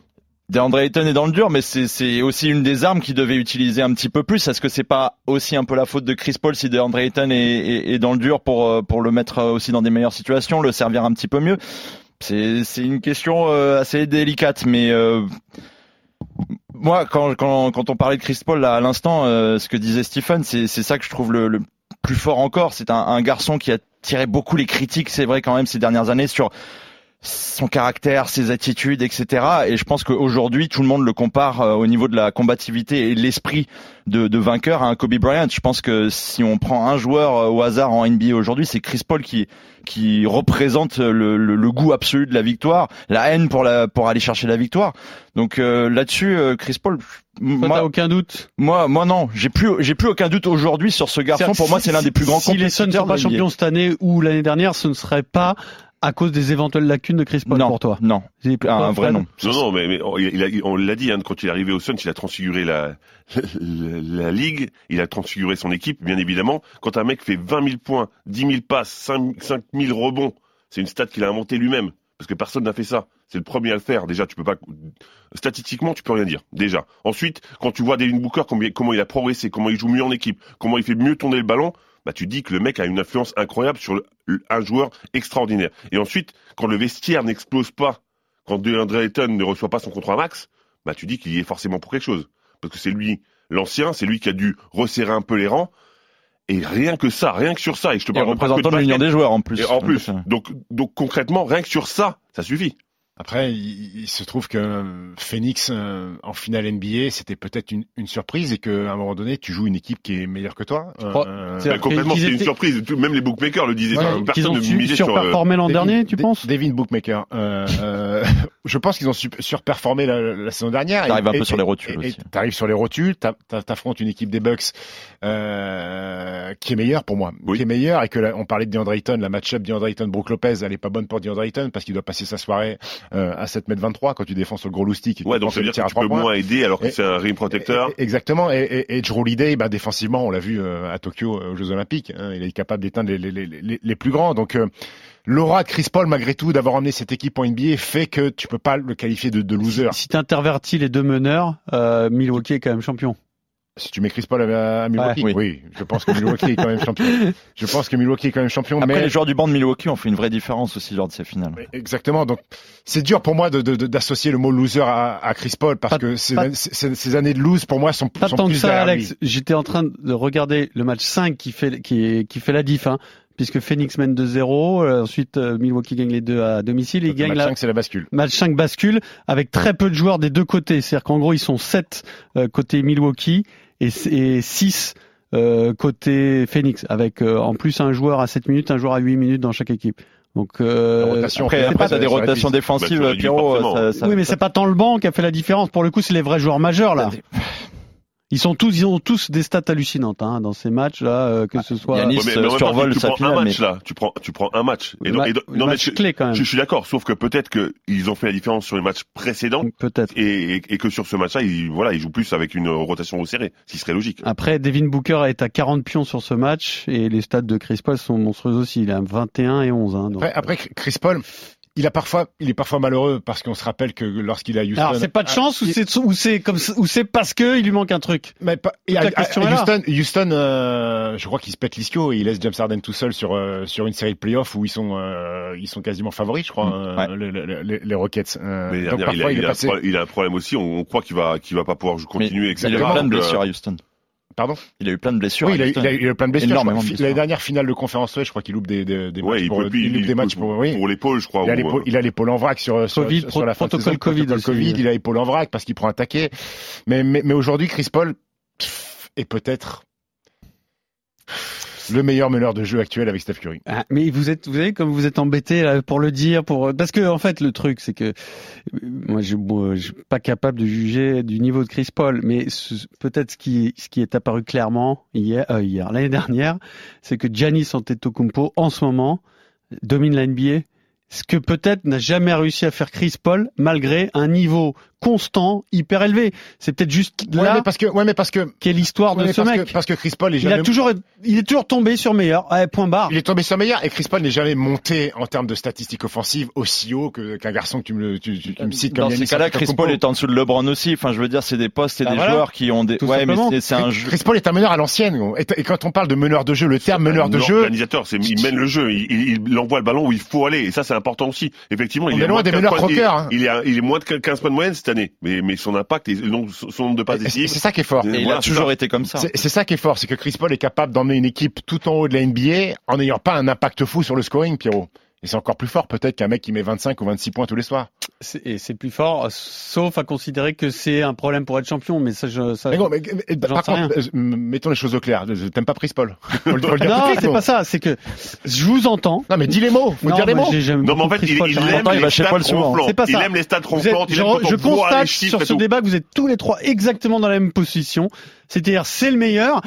Speaker 8: DeAndre Ayton est dans le dur, mais c'est aussi une des armes qu'il devait utiliser un petit peu plus. Est-ce que c'est pas aussi un peu la faute de Chris Paul si DeAndre Ayton est, est, est dans le dur pour euh, pour le mettre aussi dans des meilleures situations, le servir un petit peu mieux c'est une question euh, assez délicate, mais euh, moi, quand, quand, quand, on parlait de Chris Paul là, à l'instant, euh, ce que disait Stephen, c'est ça que je trouve le, le plus fort encore. C'est un, un, garçon qui a tiré beaucoup les critiques, c'est vrai quand même ces dernières années sur son caractère, ses attitudes, etc. Et je pense qu'aujourd'hui, tout le monde le compare euh, au niveau de la combativité et l'esprit de, de, vainqueur à un Kobe Bryant. Je pense que si on prend un joueur euh, au hasard en NBA aujourd'hui, c'est Chris Paul qui qui représente le, le, le, goût absolu de la victoire, la haine pour la pour aller chercher la victoire. Donc euh, là-dessus, Chris Paul,
Speaker 5: moi aucun doute.
Speaker 8: Moi, moi non, j'ai plus, j'ai plus aucun doute aujourd'hui sur ce garçon. Pour si, moi, c'est l'un des plus grands.
Speaker 5: Si les Suns ne sont pas champions cette année ou l'année dernière, ce ne serait pas à cause des éventuelles lacunes de Chris Paul
Speaker 8: non,
Speaker 5: pour toi
Speaker 8: non,
Speaker 5: Et pour
Speaker 8: un,
Speaker 5: toi,
Speaker 8: un vrai
Speaker 5: Fred
Speaker 8: non.
Speaker 6: Non, non, mais, mais on, il a- on l'a dit, hein, quand il est arrivé au Suns, il a transfiguré la, la, la ligue, il a transfiguré son équipe, bien évidemment. Quand un mec fait 20 000 points, 10 000 passes, 5, 5 000 rebonds, c'est une stat qu'il a inventée lui-même, parce que personne n'a fait ça. C'est le premier à le faire, déjà, tu peux pas... Statistiquement, tu peux rien dire, déjà. Ensuite, quand tu vois Devin Booker, combien- comment il a progressé, comment il joue mieux en équipe, comment il fait mieux tourner le ballon, bah tu dis que le mec a une influence incroyable sur le- le- un joueur extraordinaire. Et ensuite, quand le vestiaire n'explose pas quand DeAndre Ayton ne reçoit pas son contrat max, bah tu dis qu'il y est forcément pour quelque chose. Parce que c'est lui l'ancien, c'est lui qui a dû resserrer un peu les rangs. Et rien que ça, rien que sur ça, et je te
Speaker 8: Et
Speaker 6: parle même pas que
Speaker 8: représentant de l'Union
Speaker 6: basket.
Speaker 8: des joueurs en plus.
Speaker 6: Et en
Speaker 8: Donc,
Speaker 6: plus, hein.
Speaker 8: euh,
Speaker 6: donc, donc concrètement, rien que sur ça, ça suffit.
Speaker 7: Après, il, il se trouve que euh, Phoenix, euh, en finale NBA, c'était peut-être une, une surprise et qu'à un moment donné, tu joues une équipe qui est meilleure que toi.
Speaker 5: crois-
Speaker 7: Euh,
Speaker 5: C'est-à-dire
Speaker 6: Mais complètement,
Speaker 5: qu'ils
Speaker 6: c'était une
Speaker 5: étaient-
Speaker 6: surprise. Tout- Même les bookmakers le disaient.
Speaker 7: Ouais,
Speaker 6: Enfin,
Speaker 7: qu'ils
Speaker 5: Qu'ils
Speaker 6: Personne
Speaker 5: ont
Speaker 6: ne
Speaker 5: su-
Speaker 6: misait sur. euh,
Speaker 5: surperformé l'an
Speaker 7: Devin-
Speaker 5: dernier, tu
Speaker 7: De-
Speaker 5: penses
Speaker 7: Devin Bookmaker. Euh, euh, *laughs* je pense qu'ils ont sup- surperformé la, la saison dernière.
Speaker 8: T'arrives
Speaker 7: Et-
Speaker 8: un peu
Speaker 7: et-
Speaker 8: sur les
Speaker 7: et-
Speaker 8: rotules
Speaker 7: et-
Speaker 8: aussi.
Speaker 7: et T'arrives sur les rotules, t'a- t'a- t'affrontes une équipe des Bucks euh, qui est meilleure pour moi,
Speaker 6: Oui.
Speaker 7: qui est meilleure et que la- on parlait de DeAndre Ayton, la match-up DeAndre Ayton Brook Lopez, elle est pas bonne pour DeAndre Ayton parce qu'il doit passer sa soirée euh, à 7m23 quand tu défends sur le gros loustic. et
Speaker 6: Ouais,
Speaker 7: tu
Speaker 6: donc
Speaker 7: penses
Speaker 6: ça veut
Speaker 7: le
Speaker 6: dire
Speaker 7: tir
Speaker 6: que
Speaker 7: à
Speaker 6: tu
Speaker 7: trois
Speaker 6: peux
Speaker 7: points.
Speaker 6: moins aider alors que
Speaker 7: Et-
Speaker 6: c'est un rim protecteur.
Speaker 7: Et- E, Exactement. Et, et, et Drew Holiday, bah, défensivement, on l'a vu euh, à Tokyo euh, aux Jeux Olympiques, hein, il est capable d'éteindre les, les, les, les- les plus grands. Donc euh, l'aura de Chris Paul, malgré tout, d'avoir emmené cette équipe en NBA, fait que tu peux pas le qualifier de, de loser.
Speaker 5: Si t'intervertis les deux meneurs, euh, Milwaukee est quand même champion.
Speaker 7: Si tu mets Chris Paul à, à Milwaukee,
Speaker 8: Ouais.
Speaker 7: oui. je pense que Milwaukee est quand même champion. Je pense que Milwaukee est quand même champion.
Speaker 8: Après,
Speaker 7: mais
Speaker 8: les joueurs du banc de Milwaukee ont fait une vraie différence aussi lors de ces finales.
Speaker 7: Mais Exactement. Donc, c'est dur pour moi de- de- de- d'associer le mot loser à, à Chris Paul parce
Speaker 5: Pas-
Speaker 7: que ces,
Speaker 5: pas-
Speaker 7: ces- ces années de lose pour moi sont,
Speaker 5: Pas
Speaker 7: sont
Speaker 5: tant que
Speaker 7: plus
Speaker 5: ça,
Speaker 7: derrière
Speaker 5: Alex.
Speaker 7: lui.
Speaker 5: J'étais en train de regarder le match 5 qui fait, qui, qui fait la diff, hein, puisque Phoenix mène 2-0, euh, ensuite euh, Milwaukee gagne les deux à domicile, il
Speaker 7: Le
Speaker 5: gagne
Speaker 7: match
Speaker 5: la,
Speaker 7: 5, c'est la bascule.
Speaker 5: match 5 bascule avec très peu de joueurs des deux côtés. C'est-à-dire qu'en gros, ils sont 7 côté Milwaukee et 6 côté Phoenix, avec euh, en plus un joueur à 7 minutes, un joueur à 8 minutes dans chaque équipe. Donc, euh,
Speaker 7: La rotation,
Speaker 8: Après,
Speaker 7: on peut-
Speaker 8: après t'as des
Speaker 7: ça réduit.
Speaker 8: rotations défensives,
Speaker 6: Bah, tu réduis
Speaker 8: Pierrot.
Speaker 6: forcément.
Speaker 8: Ça, ça-
Speaker 5: oui, mais c'est pas tant le banc qui a fait la différence. Pour le coup, c'est les vrais joueurs majeurs là. Ils sont tous, ils ont tous des stats hallucinantes hein, dans ces matchs là, euh,
Speaker 6: Bah,
Speaker 5: que ce soit.
Speaker 8: Yannis,
Speaker 6: Ouais, mais- mais en même temps,
Speaker 8: survole
Speaker 6: tu, tu
Speaker 8: sa
Speaker 6: prends
Speaker 8: finale,
Speaker 6: un match
Speaker 8: mais-
Speaker 6: là, tu prends, tu prends un match. Et
Speaker 5: Le
Speaker 6: donc-
Speaker 5: ma-
Speaker 6: et donc-
Speaker 5: le
Speaker 6: non, mais
Speaker 5: match
Speaker 6: je-
Speaker 5: clé quand même.
Speaker 6: je suis d'accord, sauf que peut-être qu'ils ont fait la différence sur les matchs précédents.
Speaker 5: Peut-être.
Speaker 6: et, et- et que sur ce match-là, il, voilà, il joue plus avec une euh, rotation resserrée, ce qui serait logique.
Speaker 5: Après, Devin Booker est à 40 pions sur ce match et les stats de Chris Paul sont monstrueuses aussi. Il est à 21 et 11. Hein, donc.
Speaker 7: Après, après, Chris Paul, il a parfois, il est parfois malheureux parce qu'on se rappelle que lorsqu'il est à Houston.
Speaker 5: Alors c'est pas de chance ou
Speaker 7: Ah, il-
Speaker 5: c'est ou c'est comme ça- ou c'est parce que il lui manque un truc.
Speaker 7: mais pas- et à-
Speaker 5: la
Speaker 7: à-
Speaker 5: question est là.
Speaker 7: Houston, Houston euh, je crois qu'il se pète l'ischio et il laisse James Harden tout seul sur euh, sur une série de playoffs où ils sont euh, ils sont quasiment favoris, je crois, euh,
Speaker 8: Ouais.
Speaker 7: les, les- les- les Rockets. Euh,
Speaker 6: Mais
Speaker 7: donc
Speaker 6: derrière, il, a,
Speaker 7: parfois, il,
Speaker 6: il
Speaker 7: est
Speaker 6: a
Speaker 7: passé.
Speaker 6: un pro- il a un problème aussi, on, on croit qu'il va, qu'il va pas pouvoir jou- continuer, etc.
Speaker 8: Il a eu plein de
Speaker 6: Donc, euh,
Speaker 8: blessures à Houston.
Speaker 7: Pardon.
Speaker 8: Il a eu plein de blessures.
Speaker 7: Oui,
Speaker 8: à
Speaker 7: il a, eu-
Speaker 8: Houston.
Speaker 7: il a eu il a eu plein de blessures. je crois.
Speaker 8: Énormément de
Speaker 7: Fi-
Speaker 8: blessures.
Speaker 7: La dernière finale de conférence, ouais, je crois qu'il loupe des, des, des
Speaker 6: ouais,
Speaker 7: matchs
Speaker 6: il
Speaker 7: pour,
Speaker 6: peut plus,
Speaker 7: il loupe des matchs
Speaker 6: peut-
Speaker 7: pour, oui.
Speaker 6: pour l'épaule, je crois.
Speaker 7: Il a,
Speaker 6: ou,
Speaker 7: l'épaule,
Speaker 8: hein.
Speaker 6: euh,
Speaker 7: il a l'épaule en vrac sur, sur,
Speaker 5: Covid,
Speaker 7: sur, sur la fin de
Speaker 5: protocole
Speaker 7: saison,
Speaker 5: Covid
Speaker 7: protocole
Speaker 5: aussi. euh.
Speaker 7: Covid, il a l'épaule en vrac parce qu'il prend un taquet. Mais, mais, mais aujourd'hui, Chris Paul pff, est peut-être le meilleur meneur de jeu actuel avec Steph Curry.
Speaker 5: Ah, mais vous êtes vous savez comme vous êtes embêté là, pour le dire pour parce que en fait le truc c'est que euh, moi je moi, je suis pas capable de juger du niveau de Chris Paul mais ce- peut-être ce qui ce qui est apparu clairement hier euh, hier l'année dernière c'est que Giannis Antetokounmpo en ce moment domine la NBA ce que peut-être n'a jamais réussi à faire Chris Paul malgré un niveau constant hyper élevé c'est peut-être juste
Speaker 7: Ouais,
Speaker 5: là
Speaker 7: mais parce que, ouais, mais parce que,
Speaker 5: qu'est l'histoire
Speaker 7: ouais,
Speaker 5: de
Speaker 7: mais
Speaker 5: ce
Speaker 7: parce,
Speaker 5: mec
Speaker 7: que parce que Chris Paul est
Speaker 5: Il,
Speaker 7: jamais.
Speaker 5: a toujours, il est toujours tombé sur meilleur. Ouais, point barre.
Speaker 7: il est tombé sur meilleur et Chris Paul n'est jamais monté en termes de statistiques offensives aussi haut que- qu'un garçon que tu me, tu, tu- tu me cites comme
Speaker 8: Dans ces
Speaker 7: Giannis
Speaker 8: cas-là, Chris
Speaker 7: Antetokounmpo.
Speaker 8: Paul est en dessous de LeBron aussi. Enfin, je veux dire, c'est des postes et
Speaker 5: Bah
Speaker 8: des
Speaker 5: voilà.
Speaker 8: joueurs qui ont des.
Speaker 5: Tout
Speaker 8: ouais,
Speaker 5: simplement.
Speaker 8: mais c'est- c'est un
Speaker 7: Chris-
Speaker 8: jeu.
Speaker 7: Chris Paul est un meneur à l'ancienne. gros. Et, t- et quand on parle de meneur de jeu, le terme meneur de
Speaker 6: un
Speaker 7: jeu,
Speaker 6: Organisateur, c'est, il mène le jeu, il, il, il envoie le ballon où il faut aller, et ça c'est important aussi. Effectivement, il
Speaker 7: On
Speaker 6: est
Speaker 7: est
Speaker 6: à
Speaker 7: loin
Speaker 6: moins
Speaker 7: des
Speaker 6: de 15
Speaker 7: meilleurs
Speaker 6: points- il-
Speaker 7: croqueurs, hein.
Speaker 6: Il, est à- il est moins de 15 points de moyenne cette année, mais, mais son impact et le nombre- son nombre de passes
Speaker 7: et c'est
Speaker 6: décisives.
Speaker 7: c'est ça qui est fort.
Speaker 6: Et
Speaker 8: Et il
Speaker 6: voilà,
Speaker 8: a toujours été comme ça.
Speaker 7: C'est c'est ça qui est fort, c'est que Chris Paul est capable d'emmener une équipe tout en haut de la NBA en n'ayant pas un impact fou sur le scoring, Pierrot. Et c'est encore plus fort peut-être qu'un mec qui met 25 ou 26 points tous les soirs.
Speaker 5: et c'est plus fort, sauf à considérer que c'est un problème pour être champion. Mais ça, je, ça,
Speaker 7: mais non, mais, mais, par contre, euh, mettons les choses au clair. T'aimes pas Chris
Speaker 5: *laughs*
Speaker 7: Paul
Speaker 5: on le, on le dire Non, c'est pas ça. C'est que je vous entends.
Speaker 7: Non, mais dis les mots. Faut
Speaker 5: non,
Speaker 7: dire les
Speaker 5: moi,
Speaker 7: mots.
Speaker 5: j'ai- j'aime
Speaker 6: Non, mais en
Speaker 5: beaucoup
Speaker 6: fait,
Speaker 5: Chris
Speaker 6: il,
Speaker 5: Paul,
Speaker 6: il
Speaker 5: j'en
Speaker 6: aime
Speaker 5: entends,
Speaker 6: les
Speaker 5: chez
Speaker 6: stats
Speaker 5: Paul souvent.
Speaker 6: ronflantes.
Speaker 5: C'est pas
Speaker 6: Il
Speaker 5: ça.
Speaker 6: aime les stats
Speaker 5: Vous êtes-
Speaker 6: ronflantes. Il
Speaker 5: je,
Speaker 6: aime quand on
Speaker 5: je
Speaker 6: voit les
Speaker 5: constate
Speaker 6: chiffres
Speaker 5: sur
Speaker 6: et
Speaker 5: ce
Speaker 6: tout.
Speaker 5: débat que vous êtes tous les trois exactement dans la même position. C'est-à-dire, c'est le meilleur.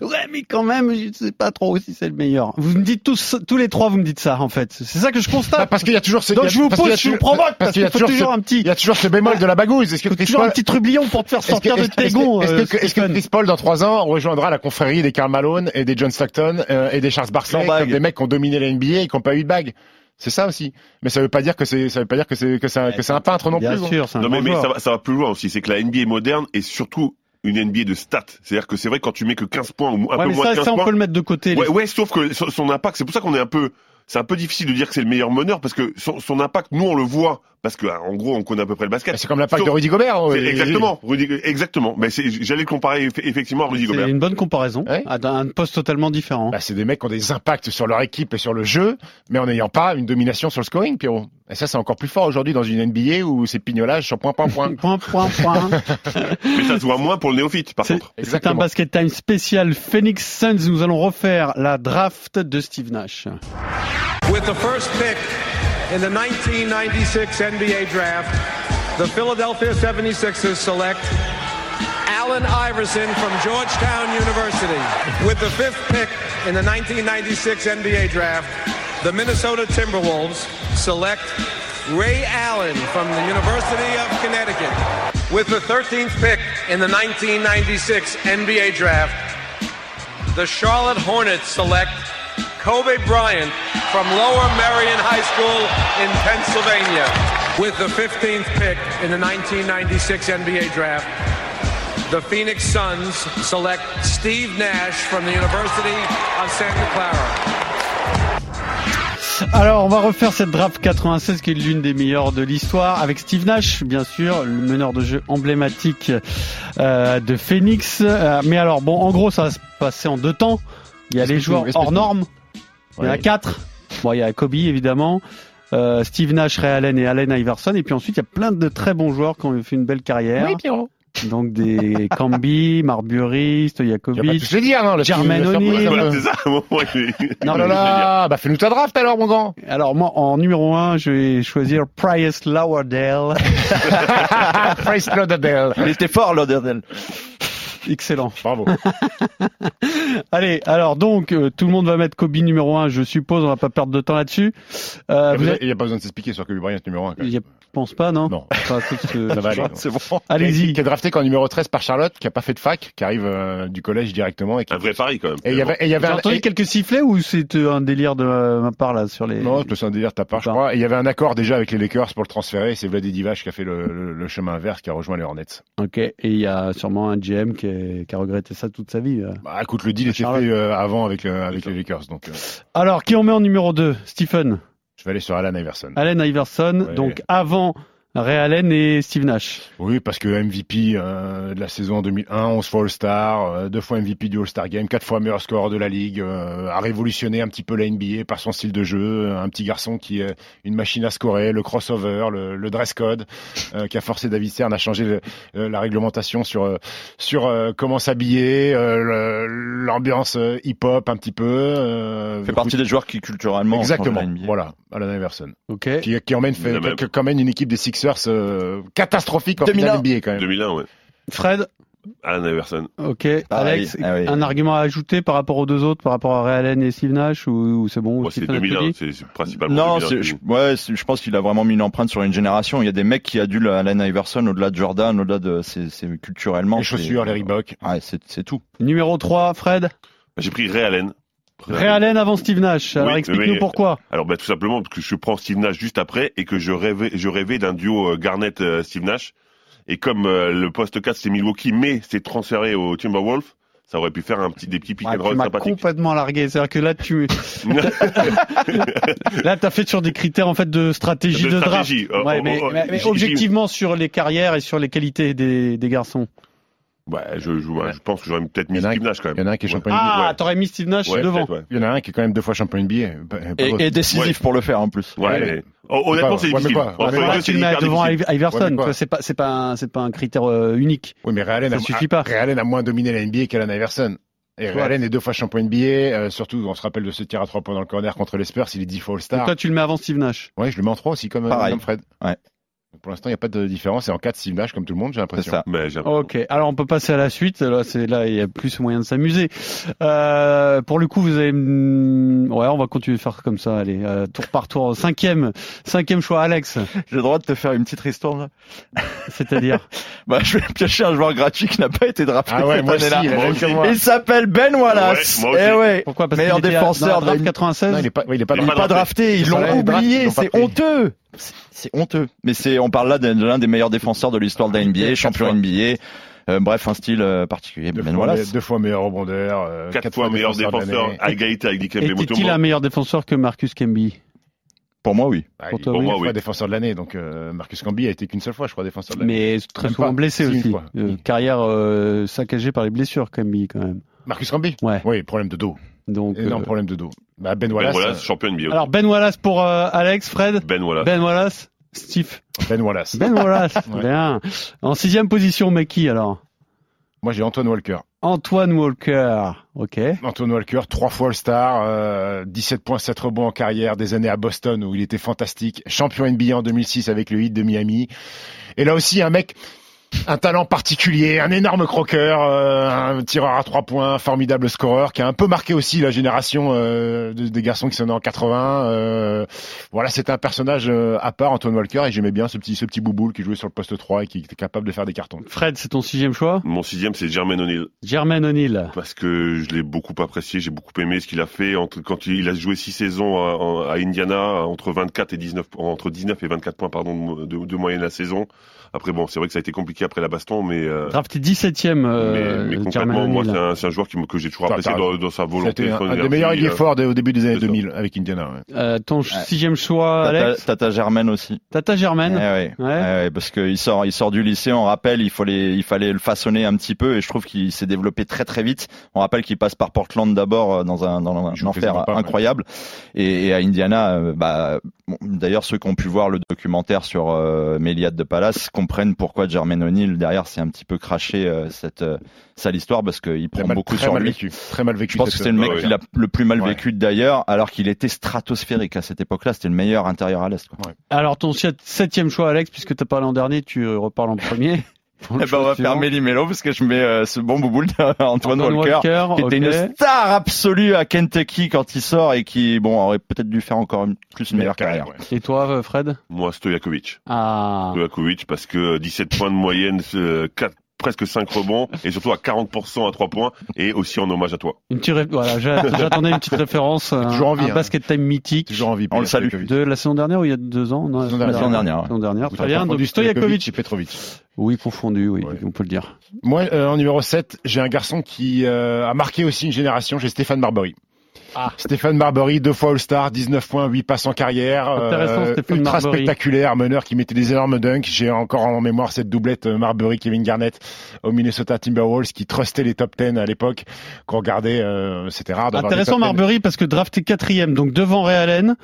Speaker 5: Ouais, mais quand même, je sais pas trop si c'est le meilleur. Vous me dites tous, tous les trois, vous me dites ça, en fait. C'est ça que je
Speaker 7: Bah,
Speaker 5: constate.
Speaker 7: parce qu'il y a toujours ce
Speaker 5: Donc
Speaker 7: il y a-
Speaker 5: je vous
Speaker 7: parce qu'il y a
Speaker 5: pose, je vous
Speaker 7: toujours-
Speaker 5: provoque, parce
Speaker 7: parce qu'il y a
Speaker 5: qu'il faut
Speaker 7: toujours
Speaker 5: toujours
Speaker 7: ce-
Speaker 5: un petit-
Speaker 7: il y a toujours ce bémol de la bagouise. Est-ce que Chris
Speaker 5: Toujours un
Speaker 7: Paul
Speaker 5: petit trublion pour te faire
Speaker 7: Est-ce que,
Speaker 5: sortir de
Speaker 7: est-ce que-
Speaker 5: tes gonds.
Speaker 7: est-ce que-
Speaker 5: euh,
Speaker 7: est-ce que- est-ce que
Speaker 5: Stephen.
Speaker 7: Chris Paul dans trois ans rejoindra la confrérie des Karl Malone et des John Stockton euh, et des Charles Barkley
Speaker 8: Sans bague.
Speaker 7: comme des mecs qui ont dominé la NBA et qui n'ont pas eu de bague C'est ça aussi. Mais ça veut pas dire que c'est ça veut pas dire que c'est que c'est un, que c'est un peintre non
Speaker 5: Bien
Speaker 7: plus. hein
Speaker 5: sûr, c'est un
Speaker 6: Non, mais,
Speaker 5: bon
Speaker 6: mais
Speaker 5: joueur.
Speaker 6: ça, va, ça va plus loin aussi. C'est que la NBA moderne est surtout une NBA de stats. C'est-à-dire que c'est vrai que quand tu mets que 15 points ou un
Speaker 5: Ouais,
Speaker 6: peu
Speaker 5: mais
Speaker 6: moins de
Speaker 5: ça,
Speaker 6: 15
Speaker 5: ça, on
Speaker 6: points.
Speaker 5: peut le mettre de côté.
Speaker 6: Ouais, ouais, sauf que son son impact, c'est pour ça qu'on est un peu, c'est un peu difficile de dire que c'est le meilleur meneur parce que son, son impact, nous on le voit parce que ah, en gros on connaît à peu près le basket.
Speaker 7: C'est comme l'impact
Speaker 6: Sauf-
Speaker 7: de Rudy Gobert.
Speaker 6: c'est
Speaker 7: euh,
Speaker 6: Exactement, Rudy- exactement. Mais c'est- j'allais le comparer eff- effectivement à Rudy
Speaker 5: C'est
Speaker 6: Gobert.
Speaker 5: une bonne comparaison.
Speaker 7: Ouais.
Speaker 5: À un poste totalement différent.
Speaker 7: Bah, c'est des mecs qui ont des impacts sur leur équipe et sur le jeu, mais en n'ayant pas une domination sur le scoring, Pierrot. Et ça, c'est encore plus fort aujourd'hui dans une NBA où c'est pignolage sur point, point,
Speaker 5: *laughs*
Speaker 7: point.
Speaker 5: Point, point,
Speaker 6: *laughs*
Speaker 5: point.
Speaker 6: Mais ça se voit moins pour le néophyte, par
Speaker 5: C'est-
Speaker 6: contre.
Speaker 5: C'est un
Speaker 7: Exactement.
Speaker 5: basket time spécial Phoenix Suns. Nous allons refaire la draft de Steve Nash.
Speaker 1: With the first pick in the 1996 NBA draft, the Philadelphia 76ers select Allen Iverson from Georgetown University. With the fifth pick in the 1996 NBA draft, the Minnesota Timberwolves select Ray Allen from the University of Connecticut. With the 13th pick in the 1996 NBA draft, the Charlotte Hornets select Kobe Bryant from Lower Merion High School in Pennsylvania. With the 15th pick in the 1996 NBA draft, the Phoenix Suns select Steve Nash from the University of Santa Clara.
Speaker 5: Alors, on va refaire cette draft 96 qui est l'une des meilleures de l'histoire avec Steve Nash, bien sûr, le meneur de jeu emblématique euh, de Phoenix. Euh, mais alors, bon, en gros, ça va se passer en deux temps. Il y a les
Speaker 7: Explique-nous,
Speaker 5: joueurs hors
Speaker 7: explique-nous.
Speaker 5: normes. Il y en a
Speaker 7: Ouais.
Speaker 5: quatre. Bon, il y a Kobe, évidemment. euh, Steve Nash, Ray Allen et Allen Iverson. Et puis ensuite, il y a plein de très bons joueurs qui ont fait une belle carrière.
Speaker 7: Oui, Pierrot.
Speaker 5: Donc des Cambi, Marbury,
Speaker 7: Tu vas pas
Speaker 5: Stojakovic,
Speaker 7: tous les dire, non? le-
Speaker 5: Jermaine
Speaker 7: le- le-
Speaker 5: O'Neal.
Speaker 6: Voilà, c'est ça, à un moment, il est-
Speaker 5: Non, mais
Speaker 7: Oh là là, bah fais-nous ta draft alors, mon grand.
Speaker 5: Alors moi, en numéro un, je vais choisir Price Lowerdale. *laughs*
Speaker 7: Price Lauderdale.
Speaker 8: Il était fort, Lauderdale.
Speaker 5: Excellent.
Speaker 7: Bravo.
Speaker 5: Allez, alors donc, euh, tout le monde va mettre Kobe numéro un, je suppose, on va pas perdre de temps là-dessus. Euh, vous êtes-
Speaker 7: Ah, Il n'y a pas besoin de s'expliquer sur que Bryant numéro 1.
Speaker 5: Je pense pas, eh ben, non
Speaker 7: Non.
Speaker 5: Enfin, sauf que- *laughs*
Speaker 7: Ça va aller. hein.
Speaker 8: C'est bon.
Speaker 5: Allez-y.
Speaker 7: Qui est drafté qu'en numéro 13 par Charlotte, qui a pas fait de fac, qui arrive euh, du collège directement et qui.
Speaker 6: Un vrai pari, quand même.
Speaker 7: Et il y avait, et il y avait
Speaker 5: Ah, J'ai
Speaker 7: un.
Speaker 5: entendu
Speaker 7: et-
Speaker 5: quelques sifflets ou c'est euh, un délire de euh, ma part là sur les...
Speaker 7: Non, c'est un délire de ta part, je
Speaker 5: Pas.
Speaker 7: crois. Et il y avait un accord déjà avec les Lakers pour le transférer. C'est Vladi Divac qui a fait le, le- le chemin inverse, qui a rejoint les Hornets.
Speaker 5: Ok, et il y a sûrement un GM qui, est- qui a regretté ça toute sa vie. euh.
Speaker 7: Bah, écoute, le deal était
Speaker 5: Charlotte.
Speaker 7: fait euh, avant avec, le- avec les Lakers, donc euh,
Speaker 5: Alors, qui on met en numéro 2 Stephen
Speaker 7: je vais aller sur Alan Iverson.
Speaker 5: Allen Iverson,
Speaker 7: Ouais.
Speaker 5: donc avant Ray Allen et Steve Nash.
Speaker 7: Oui, parce que MVP euh, de la saison 2001, 11 fois All-Star, euh, deux fois MVP du All-Star Game, quatre fois meilleur scoreur de la ligue, euh, a révolutionné un petit peu la NBA par son style de jeu, Euh, un petit garçon qui est une machine à scorer, le crossover, le, le dress code, euh, qui a forcé David Stern à changer le- euh, la réglementation sur euh, sur euh, comment s'habiller, euh, le- l'ambiance euh, hip-hop un petit peu. euh,
Speaker 8: fait partie des joueurs qui, culturellement, ont changé
Speaker 7: Exactement.
Speaker 8: la NBA.
Speaker 7: Voilà, Alan Iverson,
Speaker 5: Ok.
Speaker 7: qui, qui emmène fait,
Speaker 6: La même.
Speaker 7: qui- qui emmène une équipe des Sixers euh, catastrophique en
Speaker 8: 2001.
Speaker 7: finale NBA quand même.
Speaker 6: 2001, ouais.
Speaker 5: Fred,
Speaker 6: Alan Iverson.
Speaker 5: ok.
Speaker 8: Ah
Speaker 5: Alex,
Speaker 8: oui, ah oui.
Speaker 5: un argument à ajajouter par rapport aux deux autres, par rapport à Ray Allen et Steve Nash, ou, ou c'est bon ou
Speaker 6: Moi, c'est
Speaker 5: Stephen a tout
Speaker 6: 2001.
Speaker 5: dit
Speaker 6: C'est c'est principalement
Speaker 8: Non,
Speaker 6: 2001.
Speaker 8: c'est- je, ouais, c'est- je pense qu'il a vraiment mis une empreinte sur une génération. Il y a des mecs qui adulent Allen Iverson au-delà de Jordan, au-delà de c'est c'est culturellement.
Speaker 7: Les chaussures, les Reebok.
Speaker 8: Ouais, c'est c'est tout.
Speaker 5: Numéro 3, Fred.
Speaker 6: J'ai pris Ray Allen.
Speaker 5: Ray Allen avant Steve Nash. Alors
Speaker 6: Oui,
Speaker 5: explique-nous
Speaker 6: oui.
Speaker 5: pourquoi.
Speaker 6: Alors bah, tout simplement parce que je prends Steve Nash juste après et que je rêvais, je rêvais d'un duo euh, Garnett euh, Steve Nash et comme euh, le poste 4 c'est Milwaukee mais c'est transféré au Timberwolves, ça aurait pu faire un petit des petits pick
Speaker 5: Ouais,
Speaker 6: and
Speaker 5: Ah, tu
Speaker 6: roll
Speaker 5: m'as
Speaker 6: sympathiques.
Speaker 5: complètement largué. C'est-à-dire que là, *laughs* tu là, t'as fait sur des critères en fait de stratégie de,
Speaker 6: De stratégie.
Speaker 5: draft.
Speaker 6: Oh,
Speaker 5: Ouais,
Speaker 6: oh,
Speaker 5: mais,
Speaker 6: oh,
Speaker 5: mais- mais
Speaker 6: j'y- j'y-
Speaker 5: objectivement sur les carrières et sur les qualités des, des garçons.
Speaker 6: Bah, je, je, *laughs* ouais, je pense que j'aurais peut-être mis
Speaker 7: Il y en a un-
Speaker 6: Steve Nash quand même.
Speaker 7: Il y en a un qui est
Speaker 6: Ouais.
Speaker 7: champion NBA.
Speaker 5: Ah,
Speaker 6: Ouais.
Speaker 5: t'aurais mis Steve Nash
Speaker 6: Ouais,
Speaker 5: devant.
Speaker 6: peut-être, ouais.
Speaker 7: Il y en a un qui est quand même deux fois champion NBA. Pas- pas
Speaker 8: Et,
Speaker 7: d'autres.
Speaker 8: et décisif
Speaker 6: Ouais.
Speaker 8: pour le faire en plus.
Speaker 6: Ouais,
Speaker 7: Ah, Ouais,
Speaker 6: mais-
Speaker 7: mais-
Speaker 6: Oh, honnêtement,
Speaker 7: pas-
Speaker 6: c'est
Speaker 7: ouais, mais
Speaker 6: difficile.
Speaker 7: pas- ouais,
Speaker 6: Entre
Speaker 7: mais
Speaker 6: les
Speaker 5: Là,
Speaker 7: pas-
Speaker 6: deux,
Speaker 5: tu
Speaker 6: c'est
Speaker 5: le mets
Speaker 6: hyper
Speaker 5: devant
Speaker 6: difficile.
Speaker 5: Iv- Iverson.
Speaker 7: Ouais, mais
Speaker 5: tu
Speaker 7: quoi.
Speaker 5: vois, c'est pas, c'est pas, un, c'est pas un critère euh, unique.
Speaker 7: Oui, mais Ray Allen,
Speaker 5: Ça
Speaker 7: a,
Speaker 5: suffit pas.
Speaker 7: Ray Allen a moins dominé la NBA qu'Allen Iverson. Et Ray
Speaker 5: Ouais.
Speaker 7: Allen est deux fois champion NBA. euh, surtout, on se rappelle de ce tir à trois points dans le corner contre les Spurs. Il est dix fois
Speaker 5: Donc
Speaker 6: Ah.
Speaker 7: All-Star.
Speaker 5: toi, tu le mets avant Steve Nash.
Speaker 7: Ouais, je le mets en trois aussi, comme, euh,
Speaker 8: Pareil.
Speaker 7: comme Fred.
Speaker 8: Ouais.
Speaker 7: Donc, Pour l'instant, il n'y a pas de différence. Et en quatre, Steve Nash, comme tout le monde, j'ai
Speaker 8: C'est
Speaker 7: l'impression.
Speaker 8: ça.
Speaker 6: Mais j'ai l'impression-
Speaker 5: Ok. Alors on peut passer à la suite. Là, c'est là, il y a plus moyen de s'amuser. Euh, pour le coup, vous allez. hmm, Ouais, on va continuer de faire comme ça. Allez, euh, tour par tour. Cinquième, cinquième choix, Alex.
Speaker 8: J'ai le droit de te faire une petite ristourne là *laughs*
Speaker 5: C'est-à-dire.
Speaker 8: Bah, je vais piocher un joueur gratuit qui n'a pas été drafté
Speaker 7: Ah ouais,
Speaker 8: cette
Speaker 7: moi aussi,
Speaker 8: année-là.
Speaker 7: il a
Speaker 6: Moi
Speaker 7: même
Speaker 6: aussi.
Speaker 7: que moi.
Speaker 8: Il s'appelle Ben Wallace.
Speaker 6: Ouais, moi aussi.
Speaker 8: Eh ouais.
Speaker 5: Pourquoi Parce
Speaker 8: Meilleur
Speaker 5: qu'il était
Speaker 8: défenseur
Speaker 5: dans la draft
Speaker 8: de-
Speaker 5: 96.
Speaker 7: Non, il est pas, ouais, il est pas,
Speaker 6: Il est
Speaker 8: Pas,
Speaker 6: pas
Speaker 8: drafté, ils
Speaker 7: Ils sont
Speaker 8: l'ont
Speaker 7: là, les drafts, ils
Speaker 8: oublié,
Speaker 7: l'ont pas
Speaker 8: c'est
Speaker 7: pris.
Speaker 8: honteux. C'est- C'est honteux. Mais c'est, on parle là d'un de l'un des meilleurs défenseurs de l'histoire de la NBA,
Speaker 7: Quatre
Speaker 8: champion
Speaker 7: fois.
Speaker 8: NBA. Euh, bref, un style euh, particulier.
Speaker 7: Deux,
Speaker 8: Ben
Speaker 7: fois,
Speaker 8: Wallace.
Speaker 7: deux fois meilleur rebondeur. euh,
Speaker 6: Quatre fois meilleur
Speaker 7: de
Speaker 6: défenseur
Speaker 7: l'année.
Speaker 6: à égalité avec Dikembe
Speaker 5: Était-il
Speaker 6: Mutombo.
Speaker 5: un meilleur défenseur que Marcus Camby
Speaker 8: Pour moi, oui.
Speaker 7: Ah,
Speaker 5: Pour
Speaker 7: il-
Speaker 5: toi,
Speaker 7: pour
Speaker 5: oui.
Speaker 7: moi,
Speaker 6: oui.
Speaker 7: fois défenseur de l'année. Donc, euh, Marcus Camby a été qu'une seule fois, je crois, défenseur de l'année.
Speaker 5: Mais très
Speaker 7: Ah, bah, Même
Speaker 5: souvent
Speaker 7: pas.
Speaker 5: blessé
Speaker 7: Si, une
Speaker 5: aussi.
Speaker 7: fois.
Speaker 5: Euh, carrière euh, saccagée par les blessures, Camby quand même.
Speaker 7: Marcus Camby
Speaker 5: Ouais.
Speaker 7: Oui, problème de dos.
Speaker 5: Donc.
Speaker 7: Énorme
Speaker 5: euh,
Speaker 7: problème de dos. Bah, ben
Speaker 6: Ben
Speaker 7: Wallace.
Speaker 6: Wallace, champion NBA.
Speaker 5: Alors Ben Wallace pour euh, Alex, Fred.
Speaker 6: Ben Wallace.
Speaker 5: Ben Wallace, Steve.
Speaker 7: euh, Ben Wallace.
Speaker 5: Ben Wallace.
Speaker 7: *laughs* Ouais.
Speaker 5: Bien. En sixième position, mais qui alors
Speaker 7: Moi, j'ai Antoine Walker.
Speaker 5: Antoine Walker. Ok.
Speaker 7: Antoine Walker, trois fois All-Star, euh, 17 points, 7 rebonds en carrière, des années à Boston où il était fantastique, champion NBA en 2006 avec le Heat de Miami. Et là aussi, un mec, un talent particulier, un énorme croqueur, euh, un tireur à trois points, formidable scoreur, qui a un peu marqué aussi la génération euh, de- des garçons qui sont nés en 80. euh, voilà, c'est un personnage euh, à part, Antoine Walker, et j'aimais bien ce petit, ce petit bouboule qui jouait sur le poste 3 et qui était capable de faire des cartons.
Speaker 5: Fred, c'est ton sixième choix.
Speaker 6: Mon sixième, c'est Jermaine O'Neal.
Speaker 5: Jermaine O'Neill.
Speaker 6: parce que je l'ai beaucoup apprécié, j'ai beaucoup aimé ce qu'il a fait entre, quand il, il a joué six saisons à, à Indiana entre 24 et 19 entre 19 et 24 points pardon de, de- de moyenne la saison. Après bon, c'est vrai que ça a été compliqué après la baston mais euh,
Speaker 5: Drafté 17e, euh,
Speaker 6: mais, mais
Speaker 5: Jermaine
Speaker 6: concrètement, moi,
Speaker 5: O'Neill.
Speaker 6: c'est un, c'est un joueur qui me- que j'ai toujours
Speaker 7: T'as-
Speaker 6: apprécié
Speaker 7: t'as
Speaker 6: dans,
Speaker 7: raison.
Speaker 6: dans sa volonté.
Speaker 7: C'était un,
Speaker 6: son
Speaker 7: un des
Speaker 6: énergie,
Speaker 7: meilleurs ailiers
Speaker 6: euh,
Speaker 7: forts de- au début des années
Speaker 6: c'est ça.
Speaker 7: 2000 avec Indiana. ouais.
Speaker 5: Euh, ton sixième choix,
Speaker 8: Tata,
Speaker 5: Ah, Alex.
Speaker 8: Tata Germaine aussi.
Speaker 5: Tata
Speaker 8: Eh
Speaker 5: Germaine.
Speaker 8: ouais.
Speaker 5: Ouais.
Speaker 8: Eh ouais, parce qu'il sort, il sort du lycée. On rappelle, il fallait, il fallait le façonner un petit peu, et je trouve qu'il s'est développé très très vite. On rappelle qu'il passe par Portland d'abord euh, dans un, dans un
Speaker 7: Il joue
Speaker 8: enfer
Speaker 7: quasiment pas, ouais.
Speaker 8: incroyable, et, et à Indiana. euh, Bah, bon, d'ailleurs, ceux qui ont pu voir le documentaire sur euh, Méliade de Palace comprennent pourquoi Jermaine O'Neal derrière s'est un petit peu craché euh, cette euh, sale histoire parce qu'il
Speaker 7: Il a
Speaker 8: prend
Speaker 7: mal-
Speaker 8: beaucoup
Speaker 7: très
Speaker 8: sur
Speaker 7: mal
Speaker 8: lui.
Speaker 7: vécu. Très mal vécu.
Speaker 8: Je pense que
Speaker 7: cette-
Speaker 8: c'est le mec
Speaker 6: Ouais.
Speaker 8: qui l'a le plus mal
Speaker 7: Ouais.
Speaker 8: vécu d'ailleurs, alors qu'il était stratosphérique à cette époque-là. C'était le meilleur intérieur à l'est. quoi.
Speaker 5: Alors ton si- septième choix, Alex, puisque t'as parlé en dernier, tu euh, reparles en premier. Pour le
Speaker 8: Eh ben, on va
Speaker 5: choix suivant.
Speaker 8: faire Melly Melo parce que je mets euh, ce bon bouboule *laughs* d'Antoine
Speaker 5: Antoine
Speaker 8: Walker.
Speaker 5: Walker.
Speaker 8: Qui était
Speaker 5: ok.
Speaker 8: une star absolue à Kentucky quand il sort et qui, bon, aurait peut-être dû faire encore une- plus une meilleure carrière.
Speaker 7: ouais.
Speaker 5: Et toi, euh, Fred
Speaker 6: Moi, Stojakovic.
Speaker 5: Ah.
Speaker 6: Stojakovic parce que 17 points de moyenne, euh, quatre- presque 5 rebonds et surtout à 40% à 3 points et aussi en hommage à toi.
Speaker 5: Une petite ré- voilà, j'a- j'attendais une petite référence. Un,
Speaker 7: toujours envie,
Speaker 5: un
Speaker 7: hein.
Speaker 5: basket time mythique
Speaker 7: Toujours envie.
Speaker 8: On le salue.
Speaker 5: de la saison dernière ou il y a deux ans non,
Speaker 7: La saison dernière.
Speaker 8: La saison dernière, ouais.
Speaker 5: saison dernière. Très bien. Donc
Speaker 7: Stojakovic
Speaker 5: Stojakovic.
Speaker 7: et Petrovic.
Speaker 5: Oui, confondu, oui,
Speaker 7: Ouais.
Speaker 5: on peut le dire.
Speaker 7: Moi, euh, en numéro 7, j'ai un garçon qui euh, a marqué aussi une génération, j'ai Stéphane Marbury.
Speaker 5: Ah.
Speaker 7: Stéphane Marbury, deux fois All-Star, 19 points, 8 passes en carrière, euh,
Speaker 5: Intéressant, Stéphane
Speaker 7: ultra
Speaker 5: Marbury.
Speaker 7: spectaculaire, meneur qui mettait des énormes dunks. J'ai encore en mémoire cette doublette euh, Marbury-Kevin Garnett au Minnesota Timberwolves qui trustait les top 10 à l'époque, qu'on regardait, euh, c'était rare d'avoir des
Speaker 5: Intéressant
Speaker 7: top 10.
Speaker 5: Marbury parce que drafté quatrième, donc devant Ray Allen.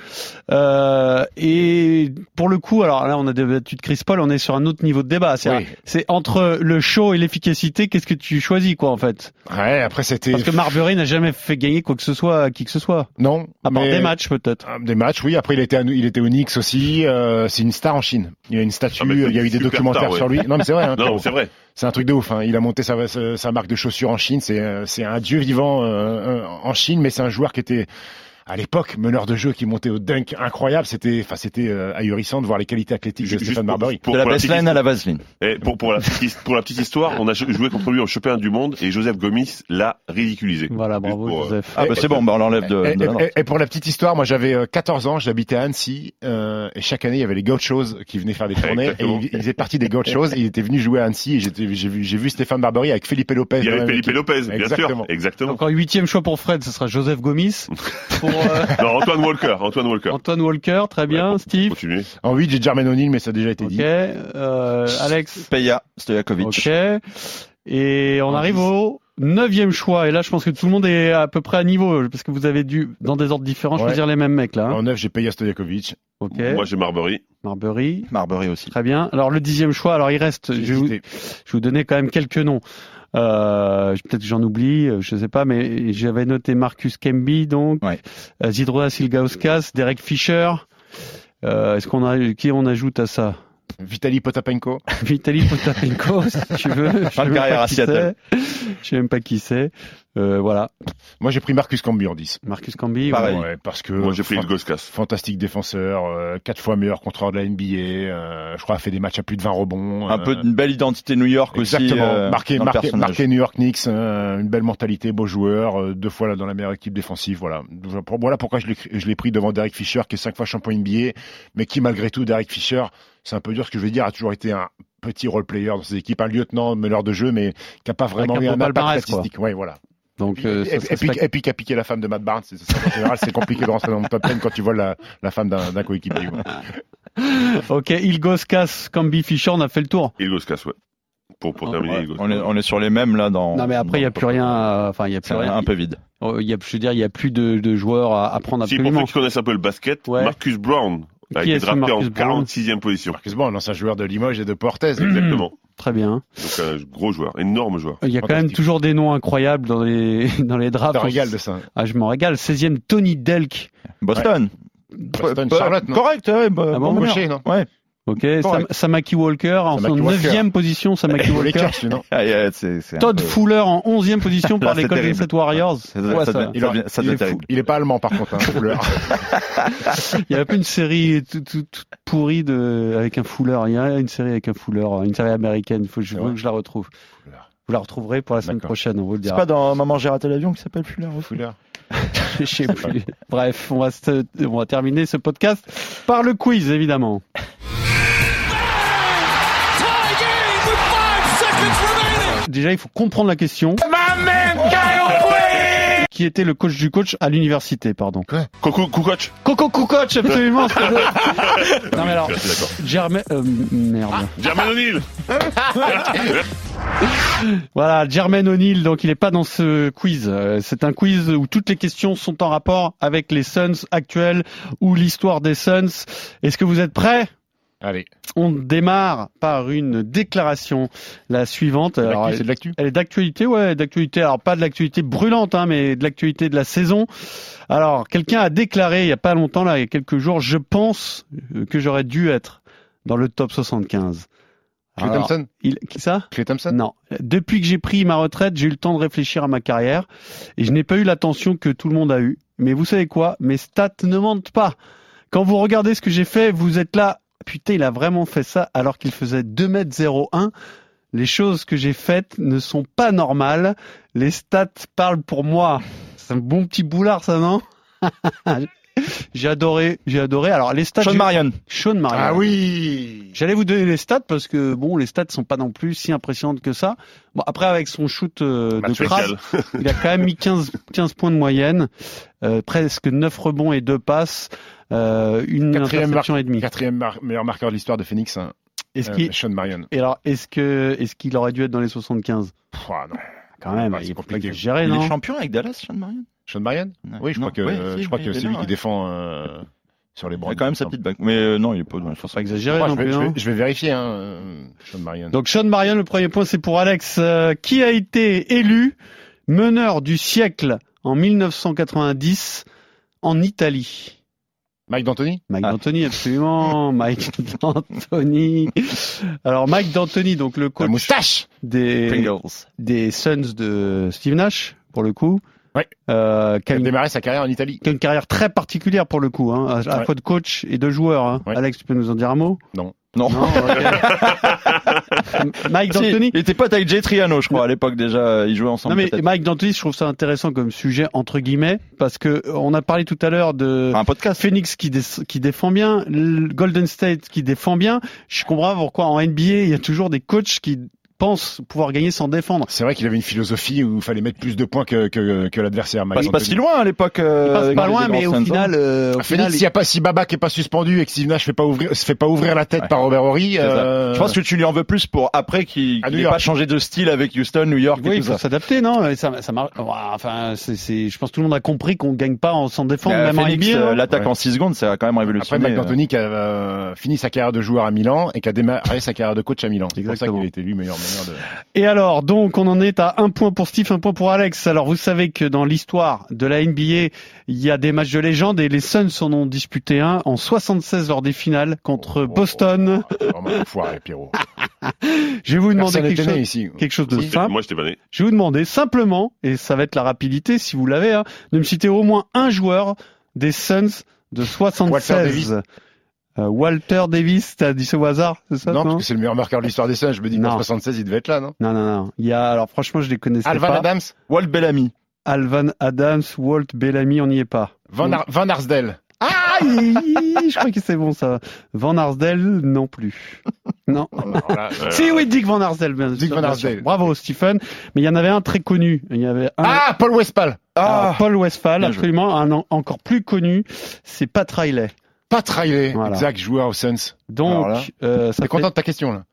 Speaker 5: Euh, et pour le coup, alors là on a débattu de Chris Paul, on est sur un autre niveau de débat. C'est
Speaker 7: Oui.
Speaker 5: c'est entre le show et l'efficacité, qu'est-ce que tu choisis quoi en fait
Speaker 7: Ouais, après c'était...
Speaker 5: Parce que Marbury n'a jamais fait gagner quoi que ce soit à qui que ce soit,
Speaker 7: Non,
Speaker 5: à part
Speaker 7: mais-
Speaker 5: des matchs peut-être.
Speaker 7: Ah, Des matchs, oui. Après, il était, à- il était au Knicks aussi. Euh, c'est une star en Chine. Il y a une statue,
Speaker 6: Ah, mais c'est
Speaker 7: il y a eu des
Speaker 6: super
Speaker 7: documentaires
Speaker 6: star, ouais.
Speaker 7: sur lui. Non, mais c'est vrai. hein,
Speaker 6: *laughs* Non,
Speaker 7: Pierrot.
Speaker 6: c'est vrai.
Speaker 7: c'est un truc de ouf. hein. Il a monté sa, sa, sa marque de chaussures en Chine. C'est, euh, c'est un dieu vivant euh, euh, en Chine, mais c'est un joueur qui était à l'époque meneur de jeu qui montait au dunk incroyable. C'était, enfin, c'était euh, ahurissant de voir les qualités athlétiques de
Speaker 6: Ju- juste
Speaker 7: Stéphane Marbury.
Speaker 6: pour-
Speaker 8: De la
Speaker 6: pour la petite
Speaker 8: baseline à la vaseline.
Speaker 6: Et pour, pour, la, petite his- pour la petite histoire, on a jou- joué contre lui au championnat du monde et Joseph Gomis l'a ridiculisé.
Speaker 5: Voilà,
Speaker 6: Juste
Speaker 5: bravo
Speaker 6: pour, euh,
Speaker 5: Joseph.
Speaker 8: Ah bah c'est bon, bah on l'enlève de,
Speaker 7: Et,
Speaker 8: de la norme.
Speaker 7: et- et pour la petite histoire, moi j'avais euh, 14 ans, j'habitais à Annecy, euh, et chaque année il y avait les gauchos qui
Speaker 6: *laughs*
Speaker 7: venaient faire des tournées, et
Speaker 6: Exactement.
Speaker 7: ils, ils faisaient partie des gauchos, et ils étaient venus jouer à Annecy, et j'étais- j'ai vu, j'ai vu Stéphane Barbery avec Felipe Lopez.
Speaker 6: Il y
Speaker 7: dans la
Speaker 6: avait
Speaker 7: même
Speaker 6: Felipe
Speaker 7: équipe.
Speaker 6: Lopez, bien sûr.
Speaker 7: Exactement.
Speaker 6: Exactement.
Speaker 5: Donc en Ah, huitième choix pour Fred, ce sera Joseph
Speaker 7: *laughs*
Speaker 5: Gomis. Pour euh,
Speaker 6: Non, Antoine Walker, Antoine Walker.
Speaker 5: Antoine Walker, très bien.
Speaker 6: Ouais,
Speaker 5: Steve,
Speaker 6: Continuez.
Speaker 7: En 8,
Speaker 6: hein.
Speaker 7: j'ai Jermaine O'Neal, mais ça a déjà été
Speaker 5: ok.
Speaker 7: dit.
Speaker 5: Euh, Alex,
Speaker 8: Peja Stojakovic.
Speaker 5: ok. Et on arrive au neuvième choix. Et là, je pense que tout le monde est à peu près à niveau, parce que vous avez dû, dans des ordres différents, choisir
Speaker 7: Ouais.
Speaker 5: les mêmes mecs, là. hein.
Speaker 7: En neuf, j'ai payé Stojakovic.
Speaker 5: Ok.
Speaker 6: Moi, j'ai Marbury.
Speaker 5: Marbury.
Speaker 8: Marbury aussi.
Speaker 5: Très bien. Alors le dixième choix, alors il reste, je vais vous, je vais vous donner quand même quelques noms. Euh, Peut-être que j'en oublie, euh, je sais pas, mais j'avais noté Marcus Kemby, donc
Speaker 8: Ouais.
Speaker 5: euh, Zidrola Silgauskas, Derek Fischer. Euh, Est-ce qu'on a qui on ajoute à ça
Speaker 7: Vitali Potapenko.
Speaker 5: Vitaly Potapenko, si tu veux. Je sais même
Speaker 8: carrière
Speaker 5: pas
Speaker 8: à
Speaker 5: qui
Speaker 8: Seattle.
Speaker 5: c'est. Je sais même pas qui c'est. Euh, voilà,
Speaker 7: Moi, j'ai pris Marcus Camby en 10.
Speaker 5: Marcus Camby.
Speaker 8: Pareil.
Speaker 5: ouais.
Speaker 7: Ouais, parce que
Speaker 6: Moi, j'ai pris
Speaker 7: Fran-
Speaker 6: le Goskas.
Speaker 7: fantastique défenseur, euh, quatre fois meilleur contreur de la NBA, euh, je crois a fait des matchs à plus de 20 rebonds.
Speaker 8: Un
Speaker 7: euh,
Speaker 8: peu d'une belle identité New York aussi.
Speaker 7: Exactement,
Speaker 8: euh,
Speaker 7: marqué,
Speaker 8: dans le
Speaker 7: marqué,
Speaker 8: personnage.
Speaker 7: marqué New York Knicks, euh, une belle mentalité, beau joueur, euh, deux fois là, dans la meilleure équipe défensive. Voilà, voilà pourquoi je l'ai- je l'ai pris devant Derek Fisher, qui est cinq fois champion NBA, mais qui malgré tout, Derek Fisher, c'est un peu dur ce que je vais dire, a toujours été un petit role player dans ses équipes, un lieutenant meneur de jeu, mais qui n'a pas vraiment
Speaker 5: Avec un
Speaker 7: eu
Speaker 5: beau
Speaker 7: un impact
Speaker 5: palmarès, quoi.
Speaker 7: statistique. Ouais, voilà.
Speaker 5: Donc euh,
Speaker 7: et,
Speaker 5: ça,
Speaker 7: et-
Speaker 5: ça
Speaker 7: et puis,
Speaker 5: se fait-
Speaker 7: et puis qui a piqué la femme de Matt Barnes, c'est ça. En général, c'est compliqué de rentrer dans le top 10 quand tu voles la, la femme d'un d'un coéquipier. quoi.
Speaker 5: ok, Ilgauskas, Camby, Fischer, on a fait le tour.
Speaker 6: Il Goskas, ouais. Pour, pour
Speaker 5: Ah, Ouais,
Speaker 6: terminer, il
Speaker 8: Ouais, on, est, on est sur les mêmes là dans.
Speaker 5: Non mais après il y a plus rien, euh, enfin il y a
Speaker 8: C'est
Speaker 5: plus
Speaker 8: un,
Speaker 5: rien.
Speaker 8: un peu vide.
Speaker 5: Euh, Il y a, je veux dire, il y a plus de, de joueurs à, à prendre
Speaker 6: Si, pour ceux
Speaker 5: absolument.
Speaker 6: qui connaissent un peu le basket,
Speaker 5: Ouais.
Speaker 6: Marcus Brown a
Speaker 5: Qui est
Speaker 6: été
Speaker 5: ce
Speaker 6: drafté en
Speaker 5: Marcus Brown Hmm.
Speaker 6: 46e position.
Speaker 7: Marcus Brown, ancien joueur de Limoges et de Portez.
Speaker 8: Mm.
Speaker 6: Exactement.
Speaker 5: Très bien.
Speaker 6: Donc un gros joueur, énorme joueur.
Speaker 5: Il y a quand même
Speaker 7: Fantastique.
Speaker 5: toujours des noms incroyables dans les *laughs* dans les
Speaker 7: Je
Speaker 5: drafts.
Speaker 7: te régale de ça.
Speaker 5: Ah, je m'en régale. 16e Tony Delk.
Speaker 8: Boston. Bah,
Speaker 7: Boston,
Speaker 8: Peu-
Speaker 7: Bah, Charlotte, non
Speaker 8: Correct, ouais, bah,
Speaker 5: Ah bon,
Speaker 8: bonne
Speaker 7: Boucher,
Speaker 8: manière.
Speaker 7: non
Speaker 8: Ouais.
Speaker 5: Ok. Sam- Samaki Walker en
Speaker 7: Samaki Walker.
Speaker 5: 9e position. Samaki
Speaker 7: Pour *laughs* les
Speaker 5: Walker.
Speaker 7: Lakers, non
Speaker 8: Ah, yeah, c'est- c'est un
Speaker 5: Todd
Speaker 8: peu-
Speaker 5: Fuller en 11e position par
Speaker 8: Là,
Speaker 5: les
Speaker 8: c'est
Speaker 5: Golden
Speaker 8: terrible.
Speaker 5: State Warriors.
Speaker 8: Ça doit-
Speaker 5: Ouais,
Speaker 8: ça
Speaker 5: ça-
Speaker 8: doit- ça devient- ça
Speaker 7: il,
Speaker 8: devient
Speaker 7: est fou.
Speaker 8: terrible.
Speaker 7: Il est pas allemand par contre. Hein, Fuller.
Speaker 5: Il y a pas une série toute tout, toute pourrie de avec un Fuller. Il y a une série avec un Fuller, une série américaine. Faut que je,
Speaker 7: C'est
Speaker 5: veux
Speaker 7: vrai.
Speaker 5: que je la retrouve.
Speaker 7: Fuller.
Speaker 5: Vous la retrouverez pour la semaine
Speaker 7: D'accord.
Speaker 5: prochaine. On vous le
Speaker 8: C'est
Speaker 5: dira.
Speaker 8: pas dans Maman j'ai raté l'avion qui s'appelle Fuller aussi.
Speaker 7: Fuller.
Speaker 5: Je sais plus. *laughs* Bref, on va se- on va terminer ce podcast par le quiz évidemment. Déjà, il faut comprendre la question. Qui était le coach du coach à l'université, pardon.
Speaker 6: Coucou, Kukoc
Speaker 5: Coco coach, absolument. c'est le- *laughs* non mais alors,
Speaker 6: D'accord.
Speaker 5: Jermaine, euh, merde.
Speaker 6: Jermaine O'Neal
Speaker 5: *laughs* Voilà, Jermaine O'Neill. Donc, il n'est pas dans ce quiz. Euh, C'est un quiz où toutes les questions sont en rapport avec les Suns actuels ou l'histoire des Suns. Est-ce que vous êtes prêts
Speaker 7: Allez,
Speaker 5: On démarre par une déclaration, la suivante.
Speaker 7: de l'actu,
Speaker 5: Alors,
Speaker 7: c'est de l'actu.
Speaker 5: Elle est d'actualité, ouais, d'actualité. Alors pas de l'actualité brûlante, hein, mais de l'actualité de la saison. Alors quelqu'un a déclaré il y a pas longtemps, là, il y a quelques jours, je pense euh, que j'aurais dû être dans le top 75.
Speaker 7: Clay
Speaker 5: Alors,
Speaker 7: Thompson
Speaker 5: il, qui ça
Speaker 7: Clay Thompson
Speaker 5: Non. Depuis que j'ai pris ma retraite, j'ai eu le temps de réfléchir à ma carrière et je n'ai pas eu l'attention que tout le monde a eue. Mais vous savez quoi Mes stats ne mentent pas. Quand vous regardez ce que j'ai fait, vous êtes là. Putain, il a vraiment fait ça alors qu'il faisait 2m01. Les choses que j'ai faites ne sont pas normales. Les stats parlent pour moi. C'est un bon petit boulard, ça, non *laughs* J'ai adoré, j'ai adoré. Alors, les stats.
Speaker 8: Sean
Speaker 5: j'ai-
Speaker 8: Marion.
Speaker 5: Sean Marion.
Speaker 7: Ah oui
Speaker 5: J'allais vous donner les stats parce que bon, les stats sont pas non plus si impressionnantes que ça. Bon, après avec son shoot euh, de
Speaker 7: Match
Speaker 5: crasse, *laughs* il a quand même mis 15, 15 points de moyenne, euh, presque 9 rebonds et 2 passes, euh, une
Speaker 7: Quatrième
Speaker 5: interception et demie.
Speaker 7: Quatrième mar- meilleur marqueur de l'histoire de Phoenix, hein,
Speaker 5: Est-ce
Speaker 7: euh,
Speaker 5: qu'il
Speaker 7: Sean Marion.
Speaker 5: et alors est-ce que est-ce qu'il aurait dû être dans les 75
Speaker 7: Pff, ah, non.
Speaker 5: Quand même,
Speaker 7: Ouais, c'est
Speaker 5: il faut pas
Speaker 7: compliqué.
Speaker 5: exagérer,
Speaker 8: Il est
Speaker 5: non
Speaker 8: champion avec Dallas, Sean Marion.
Speaker 7: Sean Marion Oui, je
Speaker 8: Ah,
Speaker 7: crois
Speaker 8: Non.
Speaker 7: que,
Speaker 8: Ouais,
Speaker 7: euh,
Speaker 8: si,
Speaker 7: je crois
Speaker 8: oui,
Speaker 7: que
Speaker 8: il est
Speaker 7: c'est lui qui
Speaker 8: là, ouais.
Speaker 7: défend euh, sur les
Speaker 8: Il a
Speaker 7: Browns.
Speaker 8: quand même sa petite bague. Mais euh, non, il est pas dans les
Speaker 5: Faut pas
Speaker 8: 75.
Speaker 5: exagérer
Speaker 7: Ouais,
Speaker 5: non
Speaker 7: je, vais,
Speaker 5: plus.
Speaker 7: je vais-
Speaker 5: hein.
Speaker 7: je vais vérifier, hein, euh, Sean Marion.
Speaker 5: Donc Sean Marion, le premier point, c'est pour Alex, Euh, qui a été élu meneur du siècle en 1990 en Italie.
Speaker 7: Mike D'Antoni
Speaker 5: Mike
Speaker 8: Ah.
Speaker 5: D'Antoni,
Speaker 8: *laughs*
Speaker 5: absolument. Mike D'Antoni. Alors, Mike D'Antoni, donc le
Speaker 7: La
Speaker 5: coach
Speaker 7: moustache
Speaker 5: des,
Speaker 8: Pringles.
Speaker 5: des Suns de Steve Nash, pour le coup.
Speaker 7: Ouais.
Speaker 5: Euh, qui,
Speaker 7: qui
Speaker 5: a
Speaker 7: a
Speaker 5: une,
Speaker 7: démarré sa carrière en Italie.
Speaker 5: qui a une carrière très particulière, pour le coup, hein, à à la
Speaker 7: Ouais.
Speaker 5: fois de coach et de joueur. hein.
Speaker 7: Ouais.
Speaker 5: Alex, tu peux nous en dire un mot
Speaker 8: Non. *laughs*
Speaker 5: Non
Speaker 7: *laughs*
Speaker 5: ok. Mike
Speaker 8: Si,
Speaker 5: D'Antoni.
Speaker 8: il était pote avec Jay Triano, je crois, à l'époque déjà. Ils jouaient ensemble.
Speaker 5: Non mais
Speaker 8: peut-être.
Speaker 5: Mike D'Antoni, je trouve ça intéressant comme sujet entre guillemets parce que euh, on a parlé tout à l'heure de
Speaker 8: Enfin, un podcast.
Speaker 5: Ah, Phoenix qui, dé- qui défend bien, le Golden State qui défend bien. Je comprends pas pourquoi en NBA, il y a toujours des coachs qui pense pouvoir gagner sans défendre.
Speaker 7: C'est vrai qu'il avait une philosophie où il fallait mettre plus de points que, que, que l'adversaire.
Speaker 8: Pas, pas si loin à l'époque.
Speaker 5: Il passe
Speaker 8: euh,
Speaker 5: pas
Speaker 8: dans
Speaker 5: loin,
Speaker 8: les
Speaker 5: mais
Speaker 8: grands
Speaker 5: au final,
Speaker 8: centres.
Speaker 5: euh, au
Speaker 7: Ah, Félix,
Speaker 5: final,
Speaker 7: s'il n'y a pas si Babac est pas suspendu et que Sivna se fait pas ouvrir, se fait pas ouvrir la tête
Speaker 8: Ouais.
Speaker 7: par Robert Horry,
Speaker 8: C'est ça.
Speaker 7: euh,
Speaker 8: Je pense que tu lui en veux plus pour après qu'il
Speaker 7: À
Speaker 8: qu'il
Speaker 7: New
Speaker 8: ait
Speaker 7: York.
Speaker 8: pas changé de style avec Houston, New York
Speaker 5: oui,
Speaker 8: et
Speaker 5: il
Speaker 8: tout
Speaker 5: faut
Speaker 8: ça.
Speaker 5: s'adapter, non Et Ça, ça marche. Ouah, Enfin, c'est, c'est- je pense que tout le monde a compris qu'on gagne pas en sans
Speaker 8: Mais,
Speaker 5: défendre,
Speaker 8: euh,
Speaker 5: même
Speaker 8: Phoenix,
Speaker 5: en NBA.
Speaker 8: euh,
Speaker 5: hein.
Speaker 8: l'attaque
Speaker 7: Ouais.
Speaker 8: en 6 secondes, ça a quand même
Speaker 7: Après,
Speaker 8: révolutionné. euh,
Speaker 7: McAntony qui a euh, fini sa carrière de joueur à Milan et qui a démarré sa carrière de coach à Milan. C'est pour ça
Speaker 5: Exactement.
Speaker 7: qu'il a été élu meilleur meneur de.
Speaker 5: Et alors, donc, on en est à un point pour Steve, un point pour Alex. Alors, vous savez que dans l'histoire de la NBA, il y a des matchs de légende et les Suns en ont disputé un en 76 lors des finales contre
Speaker 7: Oh, oh,
Speaker 5: Boston.
Speaker 7: oh, oh, Vraiment foiré, Pierrot.
Speaker 5: Je vais vous demander
Speaker 7: Personne
Speaker 5: quelque
Speaker 7: n'était
Speaker 5: chose,
Speaker 7: né ici.
Speaker 5: quelque chose de
Speaker 6: Moi, j'étais-
Speaker 5: simple.
Speaker 6: Moi, j'étais pas né.
Speaker 5: Je vais vous demander simplement, et ça va être la rapidité si vous l'avez, hein, de me citer au moins un joueur des Suns de 76.
Speaker 7: Walter Davis.
Speaker 5: Euh, Walter Davis, t'as dit ce au hasard, c'est ça
Speaker 7: Non,
Speaker 5: toi
Speaker 7: parce que c'est le meilleur marqueur de l'histoire des Suns. Je me dis qu'en
Speaker 5: Non.
Speaker 7: 76, il devait être là, non?
Speaker 5: non, non, non. Il y a, alors franchement, je les connaissais
Speaker 7: Alvan
Speaker 5: pas.
Speaker 7: Adams?
Speaker 8: Walt Bellamy.
Speaker 5: Alvan Adams, Walt Bellamy, on n'y est pas.
Speaker 7: Van, Ar- Van Arsdale?
Speaker 5: Aïe, je crois que c'est bon ça. Van Arsdale non plus. Non.
Speaker 7: Alors là, euh,
Speaker 5: Si oui, Dick Van Arsdale. bien
Speaker 7: Dick
Speaker 5: sûr,
Speaker 7: Van
Speaker 5: bien sûr.
Speaker 7: Arsdale.
Speaker 5: Bravo Stephen. Mais il y en avait un très connu. Il y avait un.
Speaker 7: Ah, Paul Westphal!
Speaker 5: Alors,
Speaker 8: Ah,
Speaker 5: Paul Westphal,
Speaker 8: Bien joué.
Speaker 5: absolument, un en- encore plus connu, c'est Pat Riley.
Speaker 7: Pat Riley,
Speaker 5: Voilà.
Speaker 7: exact joueur aux Suns.
Speaker 5: Donc,
Speaker 8: Alors là,
Speaker 5: euh, ça
Speaker 7: T'es
Speaker 5: fait-
Speaker 7: content de ta question, là?